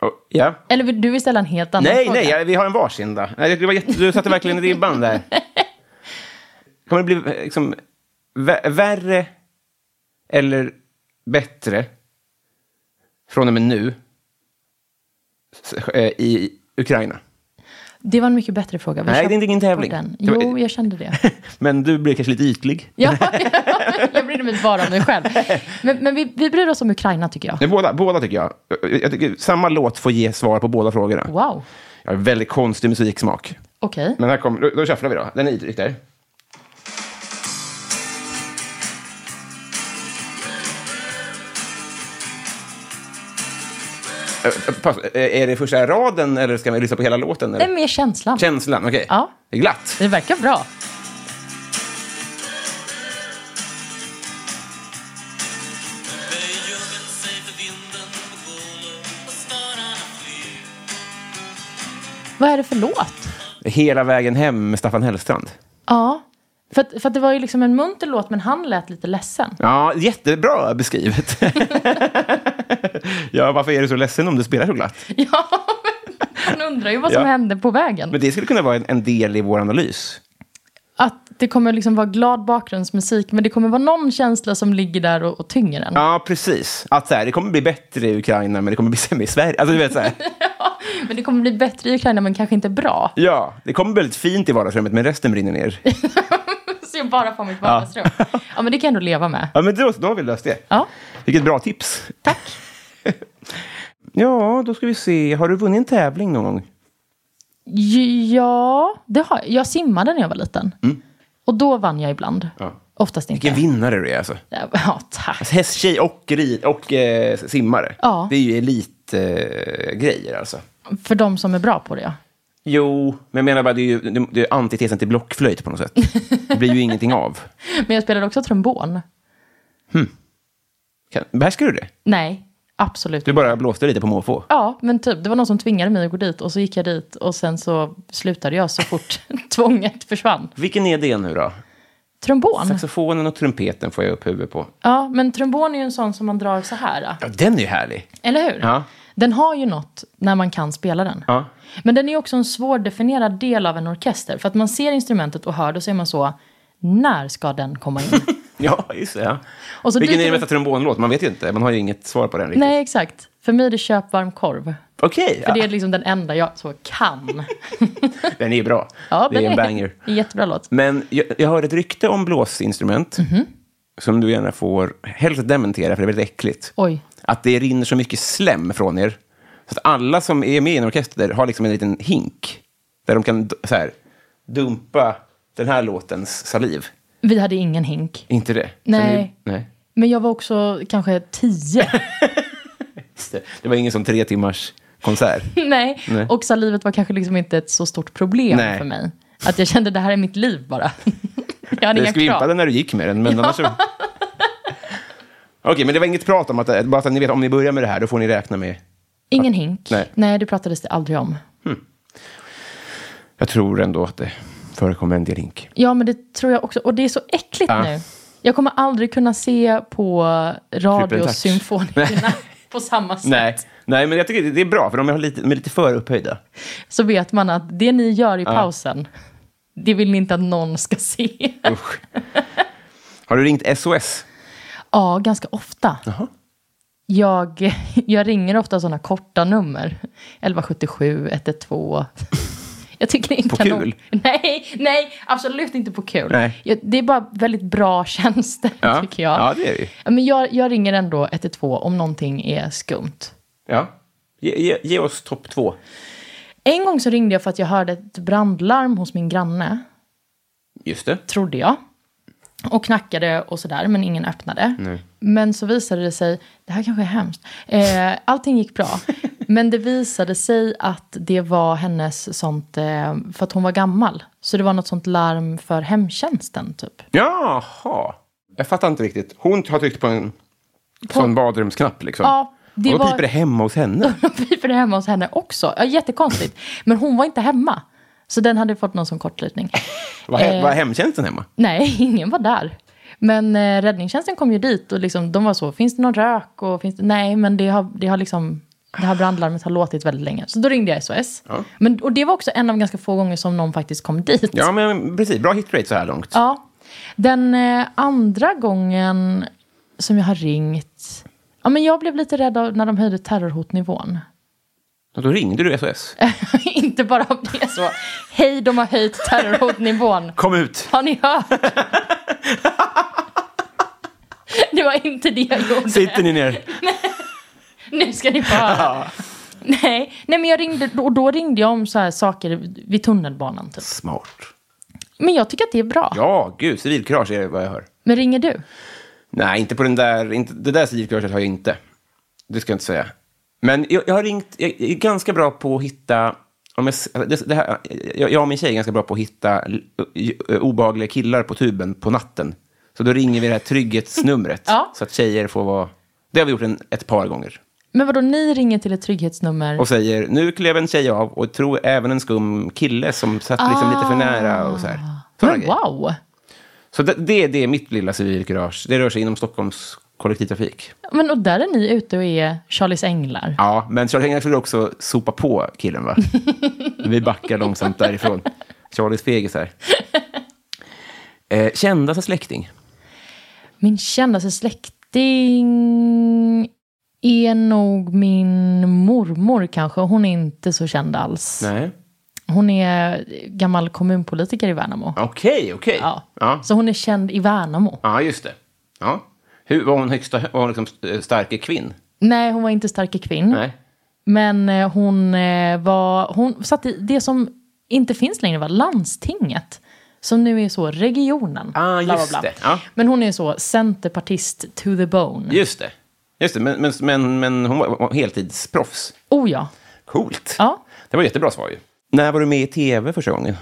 Och- Ja.
Eller vill du ställa en helt annan
Nej,
fråga?
nej, ja, vi har en varsin då. Nej, det var jätte, du satte verkligen ribban där. Kommer det bli eh, liksom, vä- värre eller bättre från och med nu s- eh, i Ukraina?
Det var en mycket bättre fråga. Vi
Nej, det är
köpte
inte ingen tävling.
den.
Det var-
Jo, jag kände det.
Men du blir kanske lite ytlig.
ja, jag brydde mig bara om mig själv. Men, men vi, vi bryr oss om Ukraina tycker jag.
Nej, båda, båda tycker jag. jag tycker, samma låt får ge svar på båda frågorna.
Wow,
Jag har väldigt konstig musiksmak.
okej.
Men här kommer, då, då shufflar vi då. Den är idryck där. Eh, eh, Pass, eh, är det första raden eller ska vi lyssna på hela låten?
Det
Eller?
är mer känslan.
Känslan, okej.
Ja.
Det är glatt.
Det verkar bra.
Böjjubben sig för vinden på golv och snararna flyr
Vad är det för låt?
Hela vägen hem med Staffan Hellstrand.
Ja. För, att, för att det var ju liksom en munter låt, men han lät lite ledsen.
Ja, jättebra beskrivet. ja, varför är du så ledsen om du spelar så glatt?
Ja, men man undrar ju vad som
Ja.
hände på vägen.
Men det skulle kunna vara en, en del i vår analys.
Att det kommer liksom vara glad bakgrundsmusik, men det kommer vara någon känsla som ligger där och, och tynger en.
Ja, precis. Att så här, det kommer bli bättre i Ukraina, men det kommer bli sämre i Sverige. Alltså, du vet, så här.
Men det kommer bli bättre i Ukraina, men kanske inte bra.
Ja, det kommer bli väldigt fint i vardagsrummet, men resten brinner ner.
Så jag bara får mitt vardagsrum. Ja. men det kan jag ändå leva med.
Ja, men då, då har vi löst det.
Ja.
Vilket bra tips.
Tack.
Ja, då ska vi se. Har du vunnit en tävling någon gång?
Ja, det har jag. Jag simmade när jag var liten. Och då vann jag ibland.
Mm. Ja.
Oftast inte.
Vilken vinnare du är alltså.
Ja, tack.
alltså hästtjej och, rid- och eh, simmare.
Ja.
Det är ju elitgrejer eh, grejer, alltså.
För de som är bra på det, ja.
Jo, men jag menar bara, det är ju det- det är antitesen till blockflöjt på något sätt. Det blir ju ingenting av.
Men jag spelade också trombon.
Kan, behärskar du det?
Nej, absolut
Du bara blåste lite på måfå?
Ja, men typ. Det var någon som tvingade mig att gå dit och så gick jag dit och sen så slutade jag så fort tvånget försvann.
Vilken är det nu då?
Trombon.
Saxofonen och trumpeten får jag upp huvudet på.
Ja, men trombon är ju en sån som man drar så här.
Ja, den är ju härlig.
Eller hur?
Ja.
Den har ju något när man kan spela den.
Ja.
Men den är ju också en svårdefinierad del av en orkester. För att man ser instrumentet och hör det och så är man så, när ska den komma in?
Ja, just det. Ja.
Och så
Vilken
dyker
är den
det-
bästa trombonlåt? Man vet ju inte. Man har ju inget svar på den riktigt.
Nej, exakt. För mig är det köp varm korv.
Okej,
För det
ja.
är liksom den enda jag så kan.
den är ju bra.
Ja,
det är
men
en banger.
en Jättebra låt. Mhm.
Men jag, jag hörde ett rykte om blåsinstrument. Som du gärna får helst dementera, för det är väldigt äckligt.
Oj.
Att det rinner så mycket slem från er. Så att alla som är med i en orkester har liksom en liten hink. Där de kan d- så här, dumpa den här låtens saliv.
Vi hade ingen hink.
Inte det?
Nej.
Så ni, nej.
Men jag var också kanske tio.
Just det. det var ingen som tre timmars konsert.
Nej.
Nej.
och salivet var kanske liksom inte ett så stort problem
Nej.
för mig. Att jag kände det här är mitt liv bara. jag hade
Det
inga
skvimpade
krav.
när du gick med den, men annars så... Okej, men det var inget prat om att, eh, bara att ni vet, om ni börjar med det här, då får ni räkna med...
Ingen hink.
Nej.
Nej. det pratades det aldrig om.
Jag tror ändå att det förekommer en del hink.
Ja, men det tror jag också. Och det är så äckligt
Ja.
nu. Jag kommer aldrig kunna se på
Trippeltax.
radiosymfonikerna på samma sätt.
Nej, nej, men jag tycker det är bra, för de är lite, de är lite för upphöjda.
Så vet man att det ni gör i pausen, det vill ni inte att någon ska se.
Usch. Har du ringt SOS?
Ja, ganska ofta. Jag, jag ringer ofta sådana korta nummer. 1177, 112. Jag tycker det är
På
kanon.
kul?
Nej, nej, absolut inte på kul.
Nej.
Jag, det är bara väldigt bra tjänster,
Ja.
tycker jag.
Ja, det är det ju.
Ja, Men jag, jag ringer ändå 112 om någonting är skumt.
Ja. Ge, ge, ge oss topp två.
En gång så ringde jag för att jag hörde ett brandlarm hos min granne.
Just det.
trodde jag. Och knackade och sådär, men ingen öppnade. Men så visade det sig, det här kanske är hemskt, eh, allting gick bra. Men det visade sig att det var hennes sånt, eh, för att hon var gammal. Så det var något sånt larm för hemtjänsten typ.
Jaha. Jag fattar inte riktigt. Hon har tryckt på en sån badrumsknapp, liksom.
Ja, det
och då
var-
piper det hemma hos henne.
Vi var hemma hos henne också. Ja, jättekonstigt. Men hon var inte hemma. Så den hade fått någon sån kortslutning.
Var, he-
eh.
var hemtjänsten hemma?
Nej, ingen var där. Men eh, räddningstjänsten kom ju dit och liksom, de var så, finns det någon rök? Och finns det... Nej, men det har, det har liksom, det här brandlarmet har låtit väldigt länge. Så då ringde jag SOS. Men, och det var också en av ganska få gånger som någon faktiskt kom dit.
Ja, men precis. Bra hitrate så här långt.
Ja. Den eh, andra gången som jag har ringt, ja men jag blev lite rädd av när de höjde terrorhotnivån.
Och Då ringde du SOS.
Inte bara om det är så, hej de har höjt terrorhotnivån.
Kom ut!
Har ni hört? Det var inte det jag gjorde.
Sitter ni ner?
Nu ska ni få höra. Nej, nej, men jag ringde, och då ringde jag om så här saker vid tunnelbanan. Typ.
Smart.
Men jag tycker att det är bra.
Ja, gud. Civilkurage är vad jag hör.
Men ringer du?
Nej, inte på den där... Inte, det där civilkuraget har jag inte. Det ska jag inte säga. Men jag, jag har ringt... Jag, jag är ganska bra på att hitta... Om jag, s- det, det här, jag, jag och min tjej är ganska bra på att hitta l- ö- obehagliga killar på tuben på natten. Så då ringer vi det här trygghetsnumret.
Ja.
Så att tjejer får vara... Det har vi gjort en, ett par gånger.
Men vadå, ni ringer till ett trygghetsnummer?
Och säger, nu klev en tjej av och tror även en skum kille som satt liksom lite för nära och så här. Sådana
Ah. Men
grejer.
wow!
Så det, det, det är mitt lilla civilkurage. Det rör sig inom Stockholms kollektivtrafik.
Men och där är ni ute och är Charlies änglar.
Ja, men Charlie Hägner skulle också sopa på killen, va? Vi backar långsamt därifrån. Charlies fegisar. Eh, kändaste släkting?
Min kändaste släkting är nog min mormor kanske. Hon är inte så känd alls.
Nej.
Hon är gammal kommunpolitiker i Värnamo.
Okej, okej.
Ja.
Ja.
Så hon är känd i Värnamo.
ja, just det. Ja. Hur, var hon högsta, var hon liksom eh, starke kvinn?
Nej, hon var inte stark i kvinn.
Nej.
Men eh, hon eh, var, hon satt i det som inte finns längre var landstinget. Som nu är så regionen.
Ah, just det. Ja.
Men hon är så centerpartist to the bone.
Just det. Just det, men, men, men, men hon var, var heltidsproffs.
Oh ja.
Coolt.
Ja.
Det var jättebra svar ju. När var du med i tv första gången?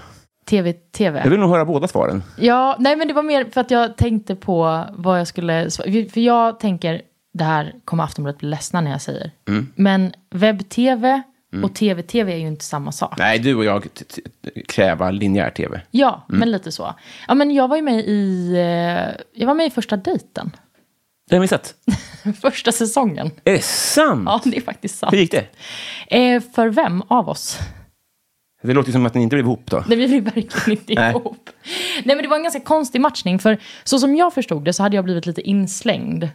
TV, TV.
Jag vill nog höra båda svaren.
Ja, nej men det var mer för att jag tänkte på vad jag skulle... sva- För jag tänker, det här kommer Aftonbladet bli ledsna när jag säger.
Mm.
Men webb-tv och tv-tv är ju inte samma sak.
Nej, du och jag t- t- kräva linjär tv.
Ja,
Mm.
men lite så. Ja, men jag var ju med i... eh, Jag var med i första dejten.
Det har jag missat.
Första säsongen.
Är det sant?
Ja, det är faktiskt sant.
Hur gick det?
Eh, för vem av oss?
Det låter ju som att ni inte blev ihop då.
Nej, vi blev verkligen inte
Nej.
ihop. Nej, men det var en ganska konstig matchning. För så som jag förstod det så hade jag blivit lite inslängd.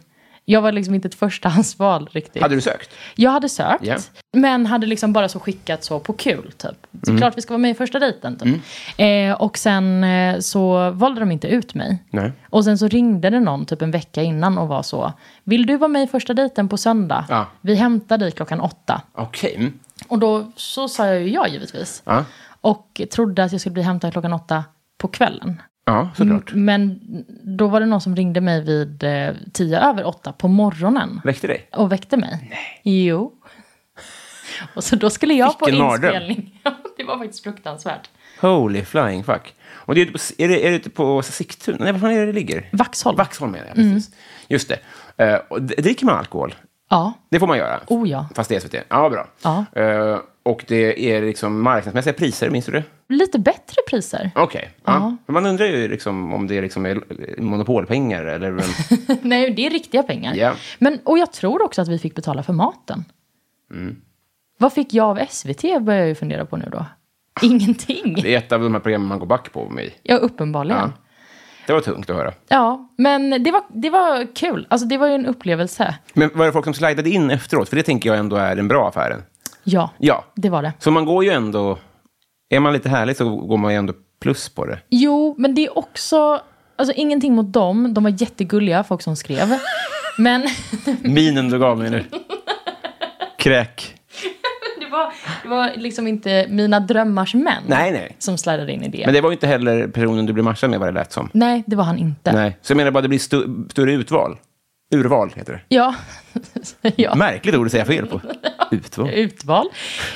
Jag var liksom inte ett förstahandsval riktigt.
Hade du sökt?
Jag hade sökt,
Ja.
men hade liksom bara så skickat så på kul. Typ. Så
Mm.
klart vi ska vara med i första dejten. Typ. Eh, och sen eh, så valde de inte ut mig.
Nej.
Och sen så ringde det någon typ en vecka innan och var så. Vill du vara med i första dejten på söndag?
Ja.
Vi hämtar dig klockan åtta.
Okej. Mm.
Och då så sa jag ju ja givetvis.
Ja.
Och trodde att jag skulle bli hämtad klockan åtta på kvällen.
ja,
Mm.
såklart.
Men då var det någon som ringde mig vid eh, tio över åtta på morgonen
Väckte dig?
och väckte mig. Nej. Jo. Och så då skulle jag på
Vilken mardröm.
inspelning. Ja, det var faktiskt fruktansvärt.
Holy flying fuck. Och det är, ute på, är, det, är det ute på Sigtuna? Nej, var fan är det det ligger?
Vaxholm. Mm.
Vaxholm menar jag, precis. Just det. Eh, och d- dricker man alkohol?
Ja.
Det får man göra.
Oh, ja.
Fast det är SVT. Ja, bra.
Ja.
Eh, och det är liksom marknadsmässiga priser, minns du det?
Lite bättre priser.
Okej. Ja. Men Man undrar ju liksom om det liksom är monopolpengar eller...
Nej, det är riktiga pengar.
Ja.
Men, och jag tror också att vi fick betala för maten. Vad fick jag av SVT börjar jag ju fundera på nu då. Ingenting.
det är ett av de här programmen man går back på med.
Ja, uppenbarligen. Ja,
Det var tungt att höra.
men det var, det var kul. Alltså det var ju en upplevelse.
Men var det folk som slidade in efteråt? För det tänker jag ändå är den bra affären.
Ja,
Ja.
det var det.
Så man går ju ändå... Är man lite härlig så går man ju ändå plus på det.
Jo, men det är också... Alltså ingenting mot dem. De var jättegulliga, folk som skrev. Men
Minen du gav mig nu. Kräk.
det var, det var liksom inte mina drömmars män
Nej, nej.
som sladdade in i det.
Men det var ju inte heller personen du blev matchad med vad det lät som.
Nej, det var han inte.
Nej. Så jag menar bara det blir stu- större utval. Urval heter det.
Ja. ja.
Märkligt ord att säga fel på. Utval.
Utval.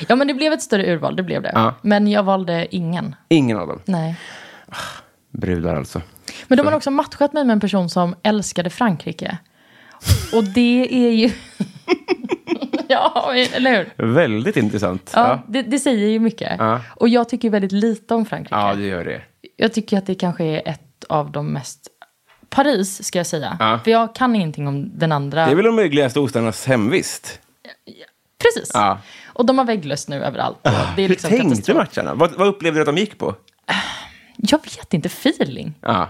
Ja, men det blev ett större urval, det blev det.
Ja.
Men jag valde ingen.
Ingen av dem.
Nej.
Brudar alltså.
Men de har också matchat mig med en person som älskade Frankrike. Och det är ju... ja, eller hur?
Väldigt intressant.
Ja,
Ja,
Det, det säger ju mycket. Och jag tycker väldigt lite om Frankrike.
ja det gör det.
Jag tycker att det kanske är ett av de mest... Paris, ska jag säga.
Ja.
För jag kan ingenting om den andra.
Det är väl de möjligaste ostarnas hemvist?
Precis.
Ja. Ah,
Och de har vägglöss nu överallt. och Det är
Hur
liksom
tänkte
katastrof.
matcharna? Vad, vad upplevde du att de gick på?
Jag vet inte. Feeling.
Ja.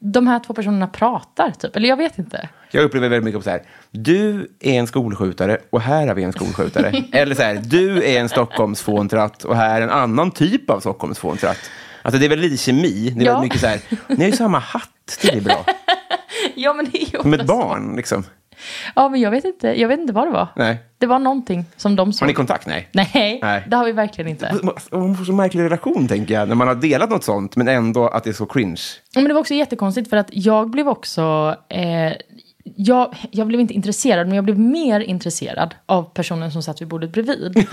De här två personerna pratar, typ. Eller jag vet inte.
Jag upplever väldigt mycket på så här, du är en skolskjutare och här har vi en skolskjutare. Eller så här, du är en Stockholmsfåntratt och här är en annan typ av Stockholmsfåntratt. Alltså det är väl lite kemi, det är
Ja.
väldigt mycket så här, ni har ju samma hatt, det är bra.
Ja, men det är ju
Som
ofta
ett
så.
barn liksom.
Ja, men jag vet inte. Jag vet inte vad det var.
Nej.
Det var någonting som de
Har
såg.
ni kontakt? Nej.
Nej,
Nej.
det har vi verkligen inte.
Man får så märklig relation, tänker jag, när man har delat något sånt, men ändå att det är så cringe.
Men det var också jättekonstigt för att jag blev också... Eh, jag, jag blev inte intresserad, men jag blev mer intresserad av personen som satt vid bordet bredvid.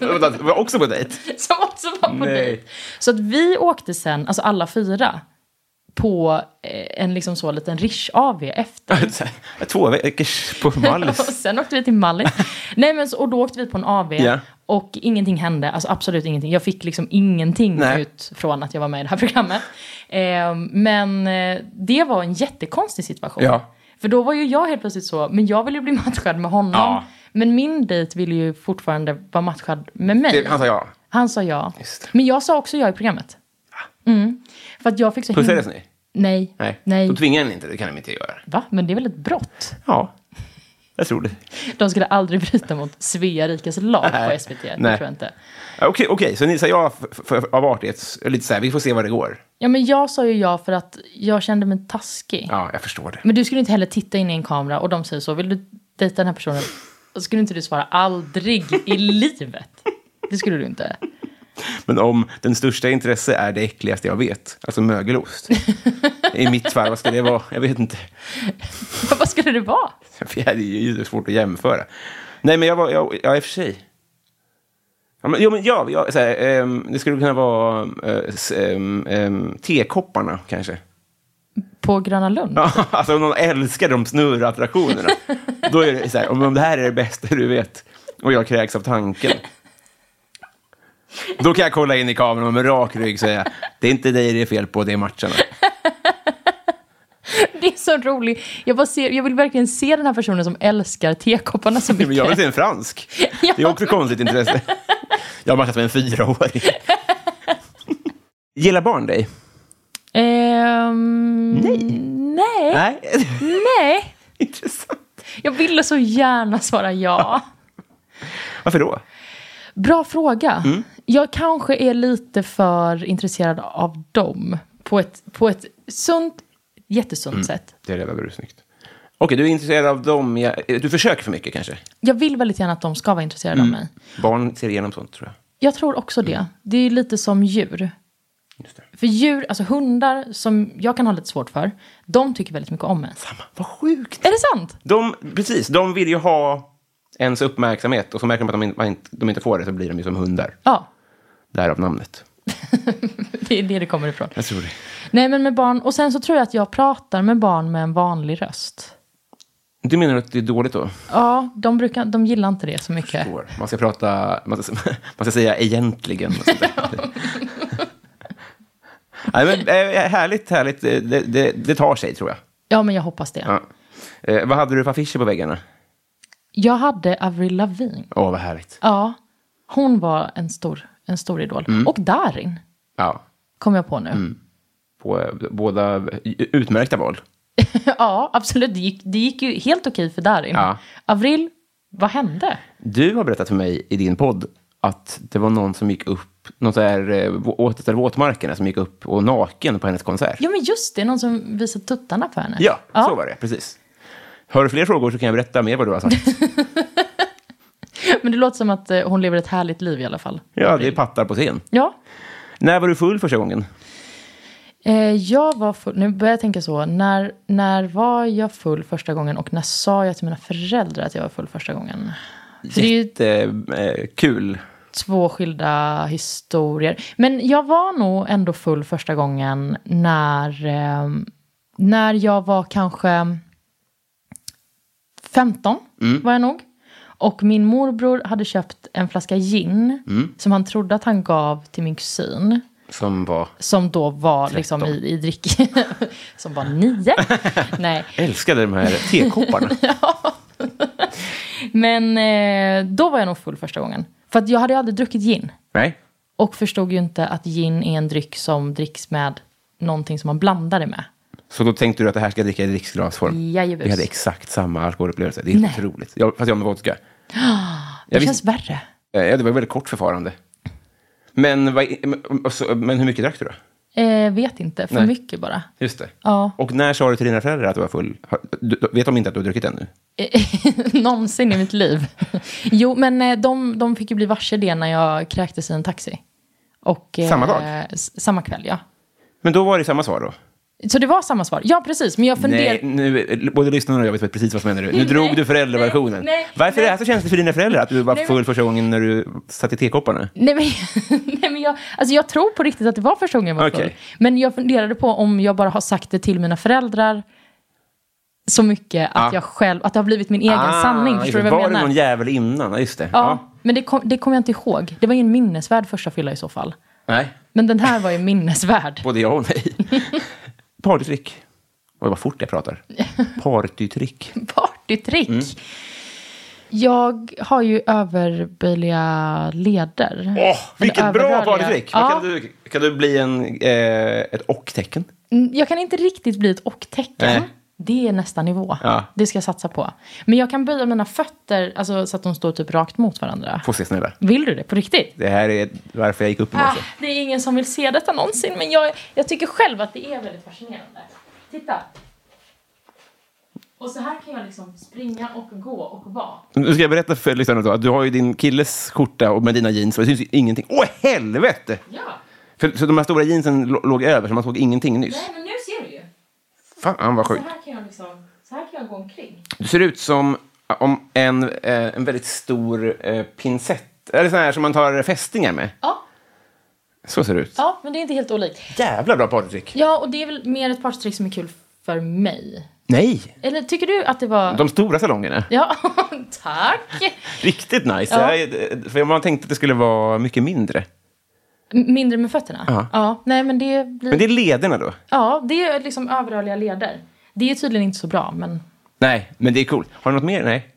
Vänta, det var också på dejt?
som också var på
Nej.
dejt. Så att vi åkte sen, alltså alla fyra, på eh, en liksom så liten rish av efter.
Två veckors på
och
Mallis.
sen åkte vi till Mallis. Nej, men, så- och då åkte vi på en AV
Ja.
och ingenting hände. Alltså absolut ingenting. Jag fick liksom ingenting
Nej.
ut från att jag var med i det här programmet. Eh, men eh, det var en jättekonstig situation.
Ja.
För då var ju jag helt plötsligt så, men jag vill ju bli matchad med honom.
Ja.
Men min dejt ville ju fortfarande vara matchad med mig.
Det- Han sa ja.
Han sa ja.
Just det.
Men jag sa också ja i programmet. Mm. För att jag fick så
Pussades ni?
Nej.
Nej.
Nej.
Då tvingar ni inte, det kan de inte göra.
Va? Men det är väl ett brott?
Ja, jag tror det.
De skulle aldrig bryta mot Svea rikes lag på
Nej.
SVT. Det
Nej.
tror jag inte.
Ja, Okej, okej, så ni sa ja för, för, av artighet. Lite så här, vi får se vad det går.
Ja, men jag sa ju ja för att jag kände mig taskig.
Ja, jag förstår det.
Men du skulle inte heller titta in i en kamera och de säger så. Vill du dejta den här personen? Och skulle inte du svara aldrig i livet. Det skulle du inte.
Men om den största intresse är det äckligaste jag vet, alltså mögelost. I mitt fall, vad ska det vara? Jag vet inte.
Vad skulle det vara?
Det är ju svårt att jämföra. Nej, men jag var... Jag, ja, i och för sig. Ja, men, jo, men ja, ja, så här, ehm, det skulle kunna vara eh, s- ehm, ehm, tekopparna, kanske.
På Gröna Lund?
Ja, alltså om någon älskar de snurrattraktionerna, då är det så här, om om det här är det bästa du vet och jag kräks av tanken. Då kan jag kolla in i kameran och med rak rygg säga, det är inte dig det är fel på, det är matcherna.
Det är så roligt. Jag, bara ser, jag vill verkligen se den här personen som älskar tekopparna så mycket.
Men jag vill se en fransk. Det är också ett konstigt intresse. Jag har matchat med en fyraåring. Gillar barn dig?
Ehm, nej. Nej.
Nej.
Nej.
Intressant.
Jag ville så gärna svara ja.
Varför då?
Bra fråga.
Mm.
Jag kanske är lite för intresserad av dem. På ett, på ett sunt, jättesunt
Mm.
sätt.
Det där var väl snyggt. Okej, du är intresserad av dem. Jag, du försöker för mycket kanske?
Jag vill väldigt gärna att de ska vara intresserade
Mm.
av mig.
Barn ser igenom sånt, tror jag.
Jag tror också
Mm.
det. Det är ju lite som djur.
Just det.
För djur, alltså hundar som jag kan ha lite svårt för, de tycker väldigt mycket om mig.
Fan, Vad sjukt!
Är det sant?
De, precis, de vill ju ha ens uppmärksamhet och så märker de att de, in- man inte, de inte får det så blir de ju som hundar.
Ja,
Därav namnet.
det är det det kommer ifrån.
Jag tror det.
Nej, men med barn. Och sen så tror jag att jag pratar med barn med en vanlig röst.
Du menar att det är dåligt då?
Ja, de, brukar, de gillar inte det så mycket.
Går. Man ska prata, man ska, man ska säga egentligen. och sånt där. Nej, men, eh, härligt, härligt. Eh, Det, det, det tar sig, tror jag.
Ja, men jag hoppas det.
Ja. Eh, vad hade du för affischer på väggarna?
Jag hade Avril Lavigne.
Åh, vad härligt.
Ja, hon var en stor, en stor idol.
Mm.
Och Darin,
Ja,
kom jag på nu.
Mm. på eh, båda utmärkta val.
ja, absolut. Det gick, det gick ju helt okej för Darin.
Ja.
Avril, vad hände?
Du har berättat för mig i din podd att det var någon som gick upp, någon så här eh, vå- återställ våtmarkerna som gick upp och naken på hennes konsert.
Ja, men just det. Någon som visade tuttarna för henne.
Ja, så var det. Precis. Har du fler frågor så kan jag berätta mer vad du har sagt.
Men det låter som att eh, hon lever ett härligt liv i alla fall.
Ja, det är pattar på scen.
Ja.
När var du full första gången?
Eh, jag var full, nu börjar jag tänka så, när, när var jag full första gången och när sa jag till mina föräldrar att jag var full första gången? För det är ju
Jättekul.
två skilda historier. Men jag var nog ändå full första gången när, eh, när jag var kanske 15 var jag nog. Och min morbror hade köpt en flaska gin som han trodde att han gav till min kusin.
Som var...
Som då var liksom i, i drick... som var nio. Nej.
Älskade de här tekopparna.
Men eh, då var jag nog full första gången. För att jag hade ju aldrig druckit gin.
Nej.
Och förstod ju inte att gin är en dryck som dricks med någonting som man blandar det med.
Så då tänkte du att det här ska jag dricka i dricksglasform?
Jajebus.
Vi hade exakt samma alkoholupplevelse. Det är helt otroligt. Jag, fast jag med vodka.
Det
Jag visste-
känns värre.
Eh, Ja, det var ett väldigt kort förfarande. Men, vad, men, och så- men hur mycket drack du då?
Eh, vet inte, för
Nej.
mycket bara.
Just det.
Ja.
Och när sa du till dina föräldrar att du var full? Har- Du, du- vet de inte att du har druckit ännu?
Eh, Någonsin i mitt liv. Jo, men eh, de, de fick ju bli varse det när jag kräktes i en taxi. Och, eh,
Samma dag?
s- Samma kväll, ja.
Men då var det samma svar då?
Så det var samma svar? Ja, precis. Men jag funderar...
Nej, nu, både lyssnarna och jag vet precis vad som händer nu. Nu drog du föräldraversionen.
nej, nej.
Varför är det här så känsligt för dina föräldrar? Att du var full första gången när du satt i tekopparna?
Nej men, nej, men jag, alltså jag tror på riktigt att det var första gången jag var full.
Okej.
Men jag funderade på om jag bara har sagt det till mina föräldrar så mycket att
Ah.
jag själv, att det har blivit min egen
Ah,
sanning. Förstår
just
du
det.
vad jag
Var det
menar?
någon jävel innan? Ja, just det.
ja, men det kom- det kommer jag inte ihåg. Det var ju en minnesvärd första fylla i så fall.
Nej,
Men den här var ju minnesvärd.
både ja och nej. Partytrick. Oj, vad fort jag pratar. Partytrick.
Partytrick.
Mm.
Jag har ju överböjliga leder.
Åh, vilket
Eller
bra
överrörliga.
partytrick! Vad
Ja,
Kan, du, kan du bli en, eh, ett och-tecken?
Mm, Jag kan inte riktigt bli ett och-tecken.
Nej.
Det är nästa nivå.
Ja.
Det ska jag satsa på. Men jag kan böja mina fötter alltså, så att de står typ rakt mot varandra.
Få se snälla.
Vill du det på riktigt?
Det här är varför jag gick upp i
Ah,
morse.
det är ingen som vill se detta någonsin, men jag, jag tycker själv att det är väldigt fascinerande. Titta. Och så här kan jag liksom springa och gå och vara.
Nu ska jag berätta för lyssnarna då, att du har ju din killes skjorta och med dina jeans och det syns ju ingenting. Åh, helvete!
Ja.
För, så de här stora jeansen lo- låg över, så man såg ingenting nyss.
Nej, men nu ser du ju.
Fan, vad
Så
sjukt.
här kan jag liksom, så här kan jag gå omkring.
Du ser ut som om en, eh, en väldigt stor eh, pincett. Eller sån här som man tar fästingar med.
Ja,
Så ser det ut.
ja, men det är inte helt olikt.
Jävla bra partytrick.
Ja, och det är väl mer ett partytrick som är kul för mig.
Nej!
Eller tycker du att det var...
De stora salongerna.
Ja, tack.
Riktigt nice.
Ja.
Jag, eh, för man tänkte att det skulle vara mycket mindre.
M- Mindre med fötterna?
Ja.
Ja, nej men det blir...
Men det är lederna då?
Ja, det är liksom överrörliga leder. Det är tydligen inte så bra, men...
Nej, men det är coolt. Har du något mer? Nej.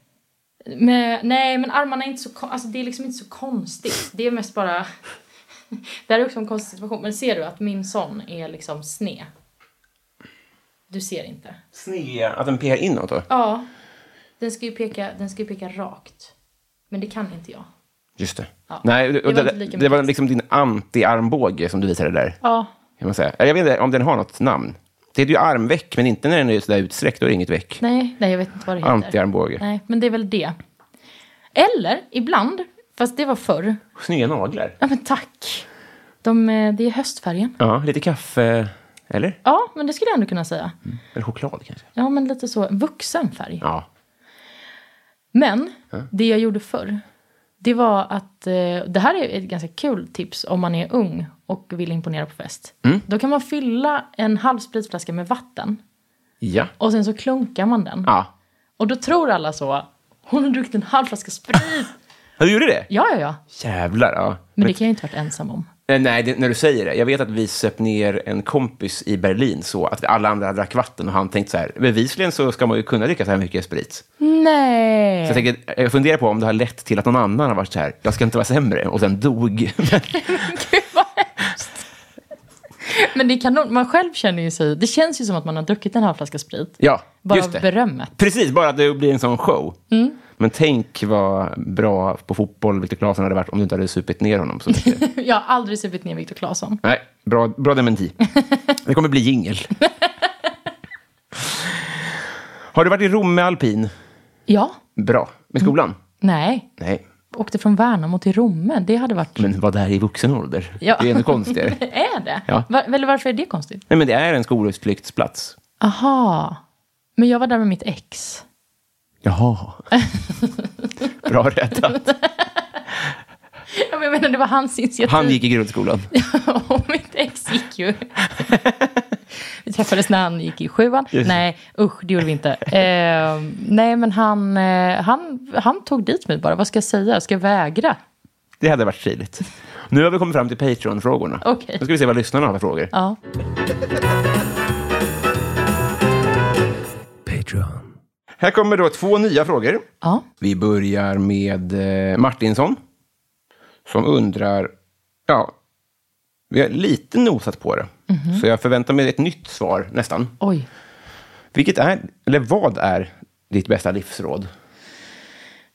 men nej, men armarna är inte så... kon- Alltså det är liksom inte så konstigt. Det är mest bara... det här är också en konstig situation. Men ser du att min son är liksom sned? Du ser inte.
Snea. Att den pekar inåt då?
Ja. Den ska ju peka, den ska ju peka rakt. Men det kan inte jag.
Just det.
Ja.
Nej, det,
Det var
det,
inte
det,
lika
var
mycket.
liksom din anti-armbåge som du visade där.
Ja.
Kan man säga. Eller Jag vet inte om den har något namn. Det är ju armveck, men inte när den är sådär utsträckt. Då är det inget veck.
Nej, nej, jag vet inte vad det heter.
Antiarmbåge.
Nej, men det är väl det. Eller, ibland, fast det var förr.
Snygga naglar.
Ja, men tack. De, eh, det är höstfärgen.
Ja, lite kaffe. Eller?
Ja, men det skulle jag ändå kunna säga.
Eller choklad kanske?
Ja, men lite så vuxen färg.
Ja.
Men det jag gjorde förr, det var att... eh, Det här är ett ganska kul tips om man är ung och vill imponera på fest.
Mm.
Då kan man fylla en halv spritflaska med vatten
Ja.
och sen så klunkar man den.
ja.
Och då tror alla så, hon har druckit en halv flaska sprit.
Ja, Du gjorde det?
ja, ja, ja.
Jävlar. Ja.
Men det kan jag inte ha varit ensam om.
Eh, Nej, det, när du säger det. Jag vet att vi söp ner en kompis i Berlin så att vi alla andra drack vatten och han tänkte så här, bevisligen så ska man ju kunna dricka så här mycket sprit. Så
Nej!
jag, tänker, jag funderar på om det har lett till att någon annan har varit så här, jag ska inte vara sämre, och sen dog.
Gud vad hemskt. Men det är kanon. Man själv känner ju sig... Det känns ju som att man har druckit en halv flaska sprit.
ja,
Bara
just det.
berömmet.
Precis, bara att det blir en sån show.
Mm.
Men tänk vad bra på fotboll Viktor Claesson hade varit om du inte hade supit ner honom så mycket.
Jag har aldrig supit ner Viktor Claesson.
Nej, bra, bra dementi. Det kommer bli jingel. Har du varit i Rom med alpin?
Ja.
Bra. Med
Mm.
skolan?
Nej.
Nej.
Åkte från Värnamo till Romme. Det hade varit...
Men vad där i vuxen ålder?
Ja.
Det är ännu konstigare.
Är det?
Ja.
Va- eller varför är det konstigt?
Nej, men det är en skolutflyktsplats.
Aha. Men jag var där med mitt ex.
Jaha. Bra räddat.
Ja, men Jag menar, det var hans initiativ.
Han gick i grundskolan.
Och mitt ex gick ju... vi träffades när han gick i sjuan.
Just det.
Nej, usch, det gjorde vi inte. Eh, nej, men han, eh, han, han tog dit mig bara. Vad ska jag säga? Ska jag vägra?
Det hade varit stiligt. Nu har vi kommit fram till Patreon-frågorna.
Okej.
Nu ska vi se vad lyssnarna har för frågor.
Ja.
Här kommer då två nya frågor.
ja.
Vi börjar med eh, Martinsson, som undrar... Ja, vi har lite nosat på det, så jag förväntar mig ett nytt svar nästan.
Oj.
Vilket är, eller vad är ditt bästa livsråd?